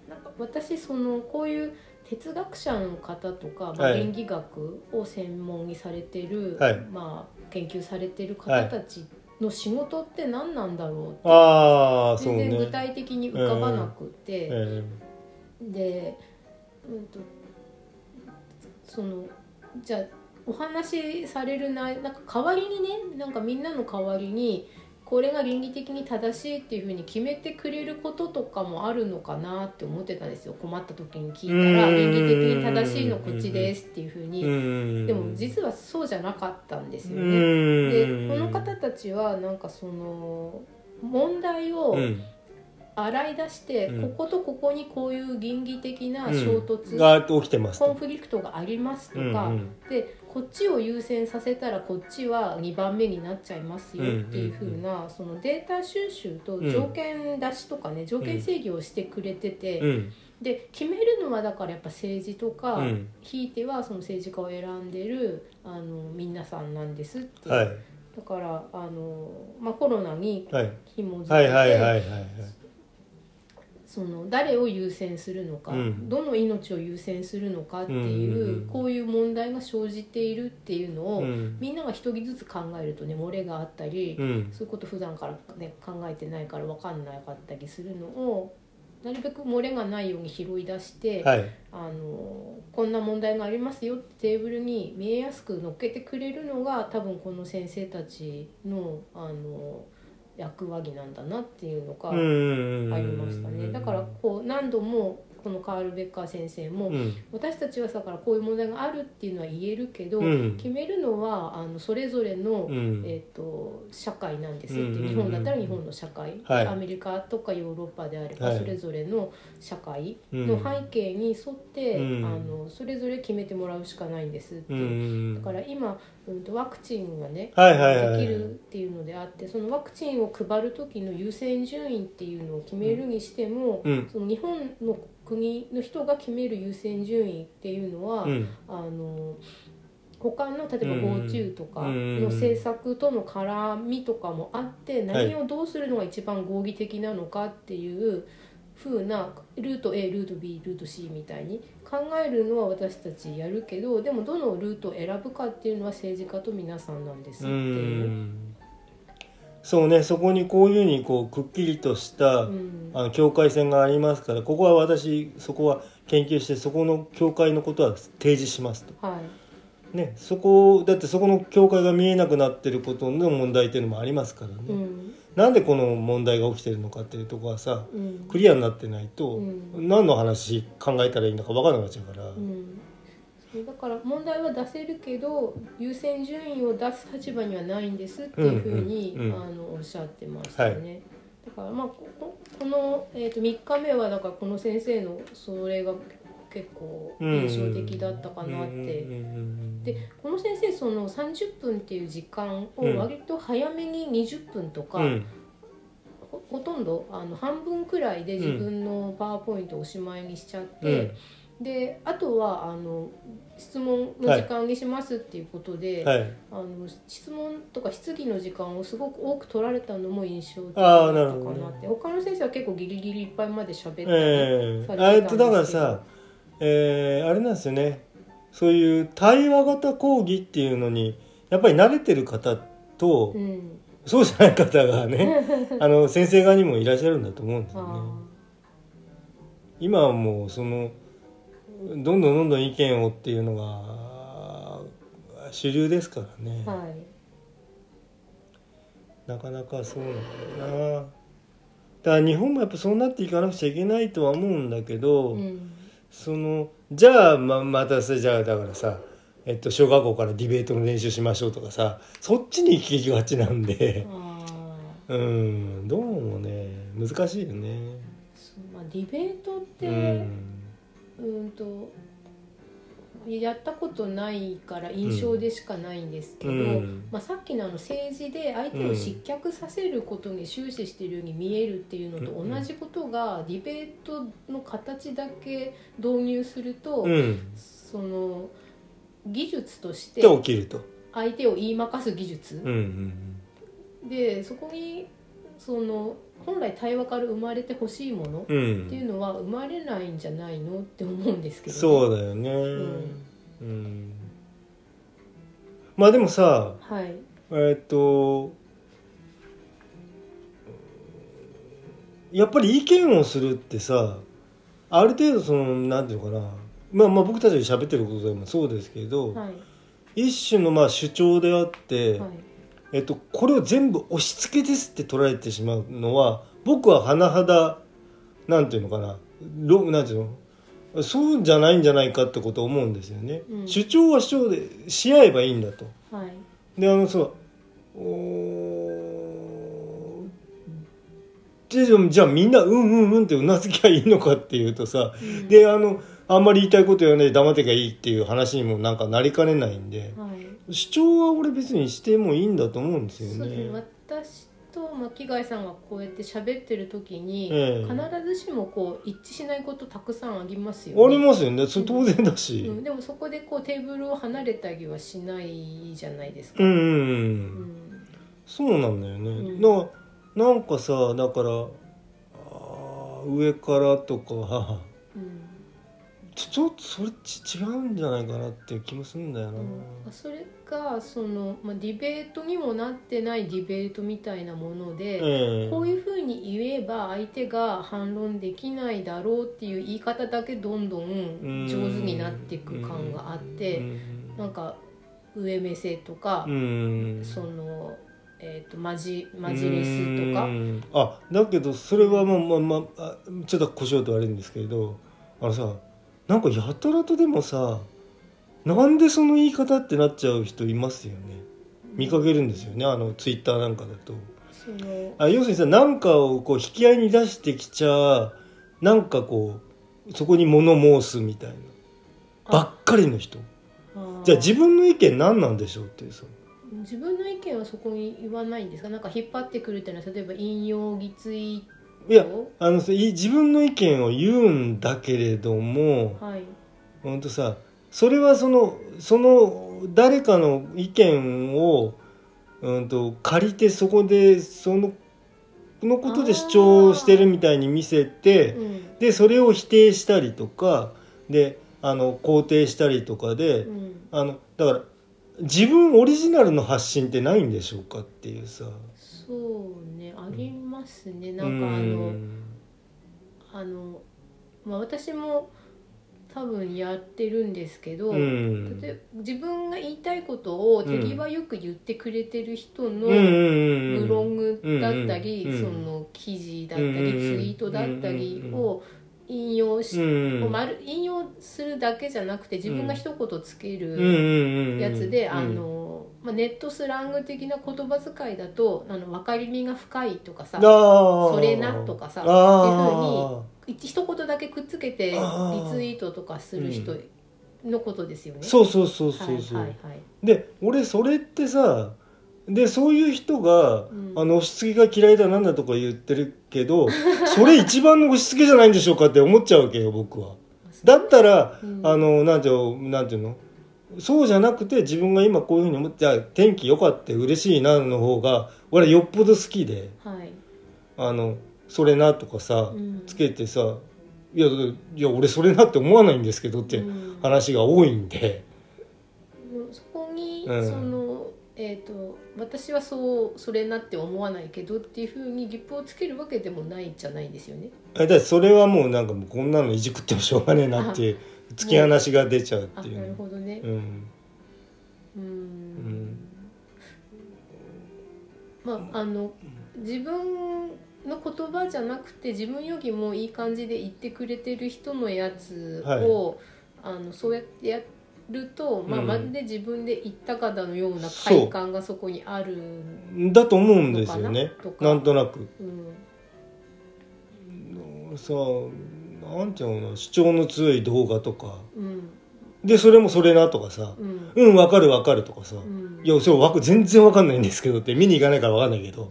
[SPEAKER 2] なんか私そのこういう哲学者の方とか、ま
[SPEAKER 1] は
[SPEAKER 2] あ、
[SPEAKER 1] い
[SPEAKER 2] 倫理学を専門にされてる、
[SPEAKER 1] はい
[SPEAKER 2] まあ、研究されてる方たちの仕事って何なんだろうって、
[SPEAKER 1] ああそうね
[SPEAKER 2] 全然具体的に浮かばなくて。
[SPEAKER 1] え
[SPEAKER 2] で、うん、とそのじゃあお話しされるななんか代わりにねなんかみんなの代わりにこれが倫理的に正しいっていうふうに決めてくれることとかもあるのかなって思ってたんですよ困った時に聞いた
[SPEAKER 1] う
[SPEAKER 2] ら
[SPEAKER 1] ん
[SPEAKER 2] 倫理的に正しいのこっちですっていうふう
[SPEAKER 1] え
[SPEAKER 2] に
[SPEAKER 1] うん
[SPEAKER 2] でも実はそうじゃなかったんですよ
[SPEAKER 1] う
[SPEAKER 2] ね。
[SPEAKER 1] ん
[SPEAKER 2] でこの方たちはなんかその問題を、
[SPEAKER 1] うん
[SPEAKER 2] 洗い出して、
[SPEAKER 1] うん
[SPEAKER 2] こことここにこういう倫理的な
[SPEAKER 1] うん
[SPEAKER 2] 衝突、
[SPEAKER 1] が起きてます
[SPEAKER 2] コ
[SPEAKER 1] と
[SPEAKER 2] ンフリクトがありますとか、
[SPEAKER 1] うんうん
[SPEAKER 2] でこっちを優先させたらこっちは2番目になっちゃいますよっていう風な、そのデータ収集と条件出しとかね、条件制御をしてくれてて、
[SPEAKER 1] うん
[SPEAKER 2] で決めるのはだからやっぱ政治とか、
[SPEAKER 1] うん
[SPEAKER 2] ひいてはその政治家を選んでるあの皆さんなんですって、
[SPEAKER 1] はい
[SPEAKER 2] だからあの、まあ、コロナに
[SPEAKER 1] はい
[SPEAKER 2] 紐づいて。
[SPEAKER 1] はいはいはいはいはい
[SPEAKER 2] その誰を優先するのか、
[SPEAKER 1] うん
[SPEAKER 2] どの命を優先するのかってい
[SPEAKER 1] う
[SPEAKER 2] う,、
[SPEAKER 1] んうんうん
[SPEAKER 2] こういう問題が生じているっていうのを、
[SPEAKER 1] うん
[SPEAKER 2] みんなが一人ずつ考えるとね漏れがあったり、
[SPEAKER 1] うん
[SPEAKER 2] そういうこと普段から、ね、考えてないから分かんなかったりするのをなるべく漏れがないように拾い出して、
[SPEAKER 1] はい
[SPEAKER 2] あのこんな問題がありますよってテーブルに見えやすく乗っけてくれるのが多分この先生たちのあの役割なんだなっていうのが。あ
[SPEAKER 1] あ
[SPEAKER 2] りましたね。だからこう何度もこのカール・ベッカー先生も、
[SPEAKER 1] うん
[SPEAKER 2] 私たちはだからこういう問題があるっていうのは言えるけど、
[SPEAKER 1] うん
[SPEAKER 2] 決めるのはあのそれぞれの、
[SPEAKER 1] うん
[SPEAKER 2] えー、と社会なんですって、
[SPEAKER 1] うんうんうん
[SPEAKER 2] 日本だったら日本の社会、
[SPEAKER 1] はい
[SPEAKER 2] アメリカとかヨーロッパであれば、
[SPEAKER 1] はい
[SPEAKER 2] それぞれの社会の背景に沿って、
[SPEAKER 1] うん
[SPEAKER 2] あのそれぞれ決めてもらうしかないんですって
[SPEAKER 1] う
[SPEAKER 2] いうんだから今、うん、とワクチンがね、
[SPEAKER 1] はいはいはいはい
[SPEAKER 2] できるっていうのであってそのワクチンを配る時の優先順位っていうのを決めるにしても、
[SPEAKER 1] うん
[SPEAKER 2] その日本の国の人が決める優先順位っていうのは、
[SPEAKER 1] うん
[SPEAKER 2] あの他の例えば
[SPEAKER 1] うん
[SPEAKER 2] GoTo とか
[SPEAKER 1] うん
[SPEAKER 2] の政策との絡みとかもあって
[SPEAKER 1] はい
[SPEAKER 2] 何をどうするのが一番合議的なのかっていう風なルート A ルート B ルート C みたいに考えるのは私たちやるけどでもどのルートを選ぶかっていうのは政治家と皆さんなんですっ
[SPEAKER 1] う
[SPEAKER 2] ていう。
[SPEAKER 1] んそうねそこにこういうふうにこうくっきりとした、
[SPEAKER 2] うん
[SPEAKER 1] あの境界線がありますからここは私そこは研究してそこの境界のことは提示しますと。
[SPEAKER 2] はい
[SPEAKER 1] ね、そこだってそこの境界が見えなくなってることの問題っていうのもありますからね、
[SPEAKER 2] うん
[SPEAKER 1] なんでこの問題が起きてるのかっていうところはさ
[SPEAKER 2] うん
[SPEAKER 1] クリアになってないと、
[SPEAKER 2] うん
[SPEAKER 1] 何の話考えたらいいのか分からなくなっちゃうから、
[SPEAKER 2] うんそうだから問題は出せるけど優先順位を出す立場にはないんですっていうふうに、
[SPEAKER 1] うんうんうん
[SPEAKER 2] あのおっしゃってましたね。だからまあこここの、えー、と3日目はだからこの先生のそれが結構印象的だったかなって。
[SPEAKER 1] うんうんうん
[SPEAKER 2] でこの先生その30分っていう時間を
[SPEAKER 1] うん
[SPEAKER 2] 割と早めに20分とか、
[SPEAKER 1] うん
[SPEAKER 2] ほほとんどあの半分くらいで自分のパワーポイントをおしまいにしちゃって、であとはあの質問の時間にしますっていうこと
[SPEAKER 1] う
[SPEAKER 2] で、
[SPEAKER 1] んはい、
[SPEAKER 2] あの質問とか質疑の時間をすごく多く取られたのも印象的
[SPEAKER 1] あ
[SPEAKER 2] だ
[SPEAKER 1] ー
[SPEAKER 2] っ
[SPEAKER 1] なる
[SPEAKER 2] た
[SPEAKER 1] ほ
[SPEAKER 2] か
[SPEAKER 1] ど
[SPEAKER 2] な
[SPEAKER 1] ね
[SPEAKER 2] って他の先生は結構ギリギリいっぱいまで喋ったり、
[SPEAKER 1] え
[SPEAKER 2] さ
[SPEAKER 1] え
[SPEAKER 2] れてたんですけど
[SPEAKER 1] あえっとだからさ、えーあれなんですよねそういう対話型講義っていうのにやっぱり慣れてる方と、
[SPEAKER 2] うん、
[SPEAKER 1] そうじゃない方が ねあの先生側にもいらっしゃるんだと思うんですよね
[SPEAKER 2] あ。
[SPEAKER 1] 今はもうそのどんどんどんどん意見をっていうのが主流ですからね、
[SPEAKER 2] ーはい
[SPEAKER 1] なかなかそうなんだよな。だから日本もやっぱそうなっていかなくちゃいけないとは思うんだけど、
[SPEAKER 2] うん
[SPEAKER 1] そのじゃあままたそれじゃあだからさ、えっと、小学校からディベートの練習しましょうとかさそっちに行きがちなんで
[SPEAKER 2] あ
[SPEAKER 1] うんどうもね難しいよね。
[SPEAKER 2] ーそうまあ、ディベートっ
[SPEAKER 1] う
[SPEAKER 2] て、
[SPEAKER 1] ん
[SPEAKER 2] うんとやったことないから印象でしかないんですけど、
[SPEAKER 1] うん
[SPEAKER 2] まあ、さっきのあの政治で相手を失脚させることに終始しているように見えるっていうのと
[SPEAKER 1] うん
[SPEAKER 2] 同じことがディベートの形だけ導入すると、
[SPEAKER 1] うん、
[SPEAKER 2] その技術として
[SPEAKER 1] で起きると。
[SPEAKER 2] 相手を言い負かす技術
[SPEAKER 1] うんうん
[SPEAKER 2] でそこにその本来対話から生まれてほしいもの
[SPEAKER 1] うんう
[SPEAKER 2] ってい
[SPEAKER 1] ん
[SPEAKER 2] うのは生まれないんじゃないのって思うんですけどね、
[SPEAKER 1] そうだよね、うん
[SPEAKER 2] ん
[SPEAKER 1] まあでもさ
[SPEAKER 2] はい
[SPEAKER 1] えーっとやっぱり意見をするってさある程度そのなんていうのかなまあまあ僕たちで喋ってることでもそうですけど、
[SPEAKER 2] はい
[SPEAKER 1] 一種のまあ主張であって、
[SPEAKER 2] はい
[SPEAKER 1] えっと、これを全部押し付けですって捉えてしまうのは僕は甚だなんていうのかなろなんていうのそうじゃないんじゃないかってことを思うんですよね。
[SPEAKER 2] うん
[SPEAKER 1] 主張は主張でし合えばいいんだと。
[SPEAKER 2] はい
[SPEAKER 1] であのそうおーでじゃあみんなうんうんうんってうなずきゃいいのかっていうとさ
[SPEAKER 2] うん
[SPEAKER 1] であのあんまり言いたいこと言わないで黙ってきゃいいっていう話にもなんかなりかねないんで
[SPEAKER 2] はい
[SPEAKER 1] 主張は俺別にしてもいいんだと思うんです
[SPEAKER 2] そ
[SPEAKER 1] よ
[SPEAKER 2] うですね
[SPEAKER 1] ね。
[SPEAKER 2] 私と巻貝さんがこうやって喋ってる時に、
[SPEAKER 1] ええ
[SPEAKER 2] 必ずしもこう一致しないことたくさんありますよね
[SPEAKER 1] ありますよねそれ当然だ
[SPEAKER 2] う
[SPEAKER 1] し
[SPEAKER 2] ん、でもそこでこうテーブルを離れたりはしないじゃないですか、
[SPEAKER 1] うんうんう
[SPEAKER 2] うんん
[SPEAKER 1] そうなんだよね、
[SPEAKER 2] うん
[SPEAKER 1] だからなんかさだからあー上からとか
[SPEAKER 2] うん
[SPEAKER 1] ちょちょっとそれち違うんじゃないかなっていう気もするんだよな、
[SPEAKER 2] うんそれがその、まあ、ディベートにもなってないディベートみたいなもので、
[SPEAKER 1] ええ
[SPEAKER 2] こういうふうに言えば相手が反論できないだろうっていう言い方だけどんどん上手になっていく感があって
[SPEAKER 1] うん
[SPEAKER 2] なんか上目線とか
[SPEAKER 1] うん
[SPEAKER 2] その、えー、とマジマジレスと
[SPEAKER 1] う
[SPEAKER 2] か
[SPEAKER 1] んあだけどそれはまあまあまああちょっと故障と悪いんですけれどあのさなんかやたらとでもさなんでその言い方ってなっちゃう人いますよね見かけるんですよねあのツイッターなんかだと
[SPEAKER 2] その
[SPEAKER 1] あ要するにさなんかをこう引き合いに出してきちゃなんかこうそこに物申すみたいなばっかりの人
[SPEAKER 2] あ
[SPEAKER 1] じゃあ自分の意見何なんでしょうっていうさ
[SPEAKER 2] 自分の意見はそこに言わないんですかなんか引っ張ってくるっていうのは例えば引用義ツイ
[SPEAKER 1] いやあのそうい自分の意見を言うんだけれども
[SPEAKER 2] はい
[SPEAKER 1] 本当さそれはそのその誰かの意見を、うん、と借りてそこでそののことで主張してるみたいに見せて
[SPEAKER 2] うん
[SPEAKER 1] でそれを否定したりとかであの肯定したりとかで、
[SPEAKER 2] うん
[SPEAKER 1] あのだから自分オリジナルの発信ってないんでしょうかっていうさ。
[SPEAKER 2] そうねありますね
[SPEAKER 1] な
[SPEAKER 2] なんかあのあのまあ私も多分やってるんですけど、
[SPEAKER 1] うん、
[SPEAKER 2] 例えば自分が言いたいことを
[SPEAKER 1] ん
[SPEAKER 2] 手際よく言ってくれてる人の
[SPEAKER 1] うん
[SPEAKER 2] ブ
[SPEAKER 1] うんうん
[SPEAKER 2] ログだったり、
[SPEAKER 1] うんうん
[SPEAKER 2] その記事だったり、
[SPEAKER 1] うんうんうん
[SPEAKER 2] ツイートだったり
[SPEAKER 1] うんうん
[SPEAKER 2] を引用し、
[SPEAKER 1] うん
[SPEAKER 2] まる引用するだけじゃなくて自分が一言つけ
[SPEAKER 1] うんうん
[SPEAKER 2] る
[SPEAKER 1] うんうん
[SPEAKER 2] やつで、
[SPEAKER 1] うん
[SPEAKER 2] あのまあ、ネットスラング的な言葉遣いだとあの分かりみが深いとかさ
[SPEAKER 1] そ
[SPEAKER 2] それなとかさ
[SPEAKER 1] あ
[SPEAKER 2] 一一言だけくっつけてリツイ
[SPEAKER 1] あー
[SPEAKER 2] ートとかする人のことですよね。
[SPEAKER 1] ーそうそうそうそうそう、
[SPEAKER 2] はいはいはい
[SPEAKER 1] で俺それってさでそういう人が、
[SPEAKER 2] うん
[SPEAKER 1] あの押し付けが嫌いだなんだとか言ってるけど それ一番の押し付けじゃないんでしょうかって思っちゃうわけよ僕はだったら、
[SPEAKER 2] うん
[SPEAKER 1] あのなんていうなんていうのそうじゃなくて自分が今こういうふうに思ってあ天気良かった嬉しいなの方が俺はよっぽど好きで
[SPEAKER 2] はい、
[SPEAKER 1] あのそれなとかさ、
[SPEAKER 2] うん
[SPEAKER 1] つけてさ「いやいや俺それなって思わないんですけど」って
[SPEAKER 2] うん
[SPEAKER 1] 話が多いんで、
[SPEAKER 2] そこに、
[SPEAKER 1] うん
[SPEAKER 2] そのえっ、と私はそうそれなって思わないけどっていうふうにギップをつけるわけでもないじゃないんですよね。
[SPEAKER 1] えだからそれはもうなんかもうこんなのいじくってもしょうがねえなっていう突き放しが出ちゃうっ
[SPEAKER 2] あ
[SPEAKER 1] てい
[SPEAKER 2] なる
[SPEAKER 1] う、
[SPEAKER 2] ほどね。
[SPEAKER 1] うん、
[SPEAKER 2] うん。
[SPEAKER 1] ん
[SPEAKER 2] まああの自分の言葉じゃなくて自分よりもいい感じで言ってくれてる人のやつを、あのそうやってやると、まあ、
[SPEAKER 1] うん
[SPEAKER 2] まるで自分で言ったかのような快感がそこにある。
[SPEAKER 1] だと思うんですよね
[SPEAKER 2] とか
[SPEAKER 1] な
[SPEAKER 2] なん
[SPEAKER 1] となく
[SPEAKER 2] うん
[SPEAKER 1] さなんていうの主張の強い動画とか
[SPEAKER 2] うん
[SPEAKER 1] でそれもそれなとかさ「
[SPEAKER 2] うん
[SPEAKER 1] うんわかるわかる」とかさ
[SPEAKER 2] う
[SPEAKER 1] 「
[SPEAKER 2] ん
[SPEAKER 1] いやそれわか全然わかんないんですけど」って見に行かないからわかんないけど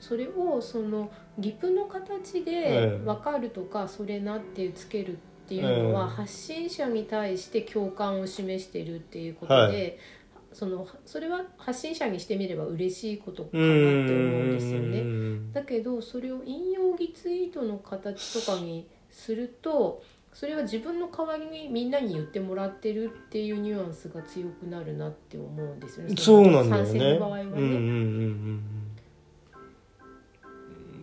[SPEAKER 2] そそれをそのギプの形
[SPEAKER 1] え
[SPEAKER 2] で
[SPEAKER 1] え
[SPEAKER 2] 「分かる」とか「それな」っていうつけるっていうの
[SPEAKER 1] え
[SPEAKER 2] は
[SPEAKER 1] え
[SPEAKER 2] 発信者に対して共感を示してるっていうこと
[SPEAKER 1] は
[SPEAKER 2] で、そのそれは発信者にしてみれば嬉しいことか
[SPEAKER 1] う
[SPEAKER 2] な
[SPEAKER 1] ん
[SPEAKER 2] って思うんですよね。
[SPEAKER 1] ん
[SPEAKER 2] だけどそれを引用リツイートの形とかにするとそれは自分の代わりにみんなに言ってもらってるっていうニュアンスが強くなるなって思うんですよね。
[SPEAKER 1] そうなんだよ
[SPEAKER 2] 参戦
[SPEAKER 1] ね。
[SPEAKER 2] の場合はね。
[SPEAKER 1] うんうん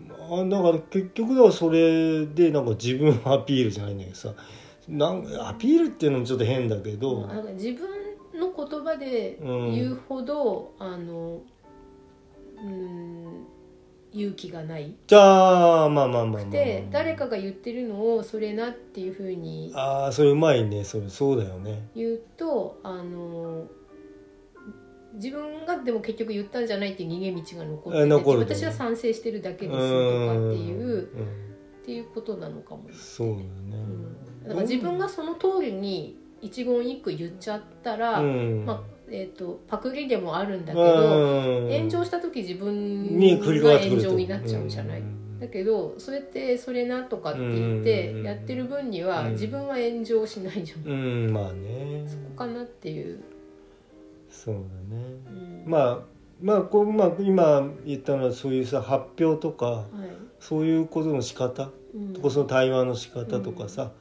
[SPEAKER 1] うんうん。あだから結局だからそれでなんか自分アピールじゃないんだけどさなんかアピールっていうのもちょっと変だけど、
[SPEAKER 2] なんか自分の言葉で言うほど、あのうん勇気がない
[SPEAKER 1] じゃあまあまあまあまあ、まあ、
[SPEAKER 2] で誰かが言ってるのをそれなっていうふうに
[SPEAKER 1] ああそれうまいねそれそうだよね
[SPEAKER 2] 言うとあの自分がでも結局言ったんじゃないって逃げ道が残って
[SPEAKER 1] え
[SPEAKER 2] て
[SPEAKER 1] 残るね
[SPEAKER 2] 私は賛成してるだけ
[SPEAKER 1] う
[SPEAKER 2] ですとかってい
[SPEAKER 1] ん
[SPEAKER 2] う
[SPEAKER 1] うん
[SPEAKER 2] っていうことなのかも。
[SPEAKER 1] そうだよね、
[SPEAKER 2] だから自分がその通りに一言一句言っちゃったら、
[SPEAKER 1] うん
[SPEAKER 2] まあえー、とパクリでもあるんだけど、
[SPEAKER 1] うん
[SPEAKER 2] 炎上した時自分
[SPEAKER 1] に繰り
[SPEAKER 2] が
[SPEAKER 1] 返ってく
[SPEAKER 2] 炎
[SPEAKER 1] ると
[SPEAKER 2] 上になっちゃうじゃない、
[SPEAKER 1] ん
[SPEAKER 2] だけどそうやって「それな」とかって言っ
[SPEAKER 1] う
[SPEAKER 2] て
[SPEAKER 1] ん
[SPEAKER 2] やってる分には
[SPEAKER 1] うん
[SPEAKER 2] 自分は炎上しないじゃん、
[SPEAKER 1] うんまあね
[SPEAKER 2] そこかなっていう、
[SPEAKER 1] そうだね
[SPEAKER 2] うん
[SPEAKER 1] まあまあこう、まあ、今言ったのはそういうさ発表とか
[SPEAKER 2] はい
[SPEAKER 1] そういうことの仕方
[SPEAKER 2] うん
[SPEAKER 1] とかその対話の仕方とかさ、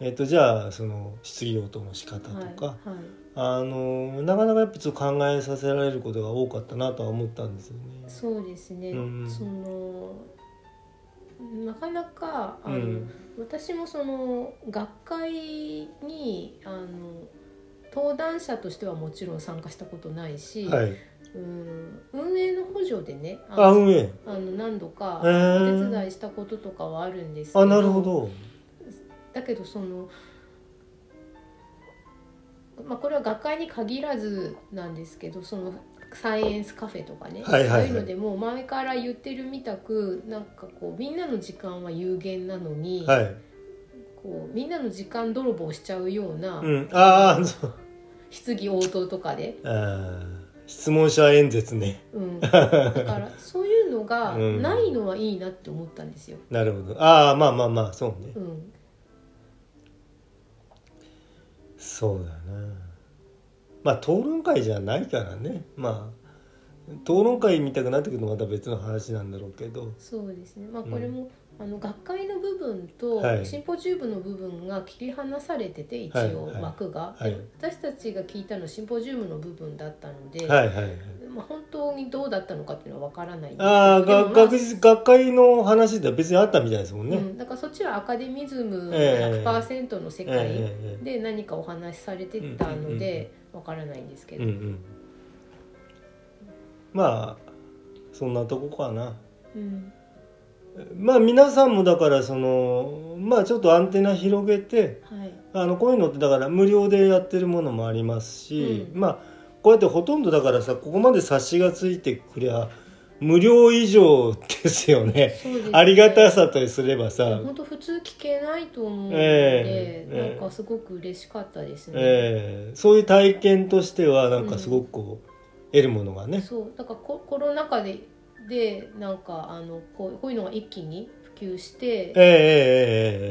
[SPEAKER 1] えっとじゃあその質疑応答の仕方とか、
[SPEAKER 2] はいはい
[SPEAKER 1] あのなかなかやっぱちょっと考えさせられることが多かったなとは思ったんですよね。
[SPEAKER 2] そうですね、
[SPEAKER 1] うん
[SPEAKER 2] そのなかなかあの、
[SPEAKER 1] うん
[SPEAKER 2] 私もその学会にあの登壇者としてはもちろん参加したことないし、
[SPEAKER 1] はい、
[SPEAKER 2] うん運営の補助でねあの
[SPEAKER 1] あ運営
[SPEAKER 2] あの何度か
[SPEAKER 1] へ
[SPEAKER 2] お
[SPEAKER 1] ー
[SPEAKER 2] 手伝いしたこととかはあるんです
[SPEAKER 1] あなるほど。
[SPEAKER 2] だけどその、まあ、これは学会に限らずなんですけどそのサイエンスカフェとかね、
[SPEAKER 1] はいはいはい
[SPEAKER 2] ああいうのでも前から言ってるみたくなんかこうみんなの時間は有限なのに、
[SPEAKER 1] はい。
[SPEAKER 2] こうみんなの時間泥棒しちゃうような
[SPEAKER 1] うん。ああそう。
[SPEAKER 2] 質疑応答とかで。
[SPEAKER 1] ああ質問者演説ね
[SPEAKER 2] うん、だからそういうのが
[SPEAKER 1] うん
[SPEAKER 2] ないのはいいなって思ったんですよ。
[SPEAKER 1] なるほどああまあまあまあそうね
[SPEAKER 2] うん、
[SPEAKER 1] そうだなまあ討論会じゃないからねまあ討論会みたくなってくるとまた別の話なんだろうけど
[SPEAKER 2] そうですね。まあ
[SPEAKER 1] うん
[SPEAKER 2] これも、あの学会の部分と、
[SPEAKER 1] はい
[SPEAKER 2] シンポジウムの部分が切り離されてて一応
[SPEAKER 1] はいはい
[SPEAKER 2] 枠が、
[SPEAKER 1] はい
[SPEAKER 2] で私たちが聞いたのはシンポジウムの部分だったので、
[SPEAKER 1] はいはいはい
[SPEAKER 2] まあ本当にどうだったのかっていうのはわからないんですけど。
[SPEAKER 1] ああ
[SPEAKER 2] で
[SPEAKER 1] が
[SPEAKER 2] もまあ
[SPEAKER 1] 学術学会の話では別にあったみたいですもんね、
[SPEAKER 2] うん、だからそっちはアカデミズム
[SPEAKER 1] ええ
[SPEAKER 2] 100%の世
[SPEAKER 1] ええ
[SPEAKER 2] 界
[SPEAKER 1] ええ
[SPEAKER 2] で何かお話しされてたのでわからないんですけ
[SPEAKER 1] う
[SPEAKER 2] ど、
[SPEAKER 1] んうんまあそんなとこかな
[SPEAKER 2] うん
[SPEAKER 1] まあ皆さんもだからそのまあちょっとアンテナ広げて
[SPEAKER 2] はい、
[SPEAKER 1] あのこういうのってだから無料でやってるものもありますし、
[SPEAKER 2] うん
[SPEAKER 1] まあこうやってほとんどだからさここまで冊子がついてくりゃ無料以上ですよね
[SPEAKER 2] そうですね
[SPEAKER 1] ありがたさとすればさ、
[SPEAKER 2] 本当普通聞けないと思うので、
[SPEAKER 1] ええ
[SPEAKER 2] なんかすごく嬉しかったですね、
[SPEAKER 1] ええそういう体験としてはなんかすごくこう、得るものがね
[SPEAKER 2] そうだからココロナ禍ででなんかあのこうこういうのが一気に普及して、
[SPEAKER 1] えええええええ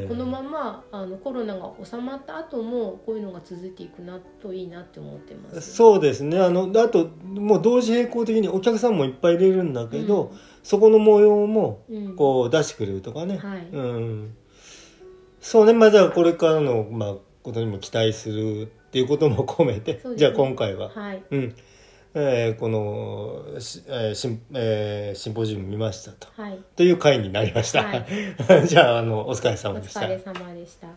[SPEAKER 1] え
[SPEAKER 2] このままあのコロナが収まった後もこういうのが続いていくなといいなって思ってます。
[SPEAKER 1] そうですねあのあともう同時並行的にお客さんもいっぱい入れるんだけど、そこの模様も
[SPEAKER 2] うん、うん
[SPEAKER 1] こう出してくれるとかね、
[SPEAKER 2] はい
[SPEAKER 1] うん、そうねまあじゃあこれからの、まあ、ことにも期待するっていうことも込めて、
[SPEAKER 2] そうですね
[SPEAKER 1] じゃあ今回は、
[SPEAKER 2] はい、
[SPEAKER 1] うんえーこのし、えーしんえーシンポジウム見ましたと
[SPEAKER 2] はい、
[SPEAKER 1] という回になりました、
[SPEAKER 2] は
[SPEAKER 1] じゃああのお疲れ
[SPEAKER 2] お
[SPEAKER 1] 様でした。
[SPEAKER 2] 疲れ様でした。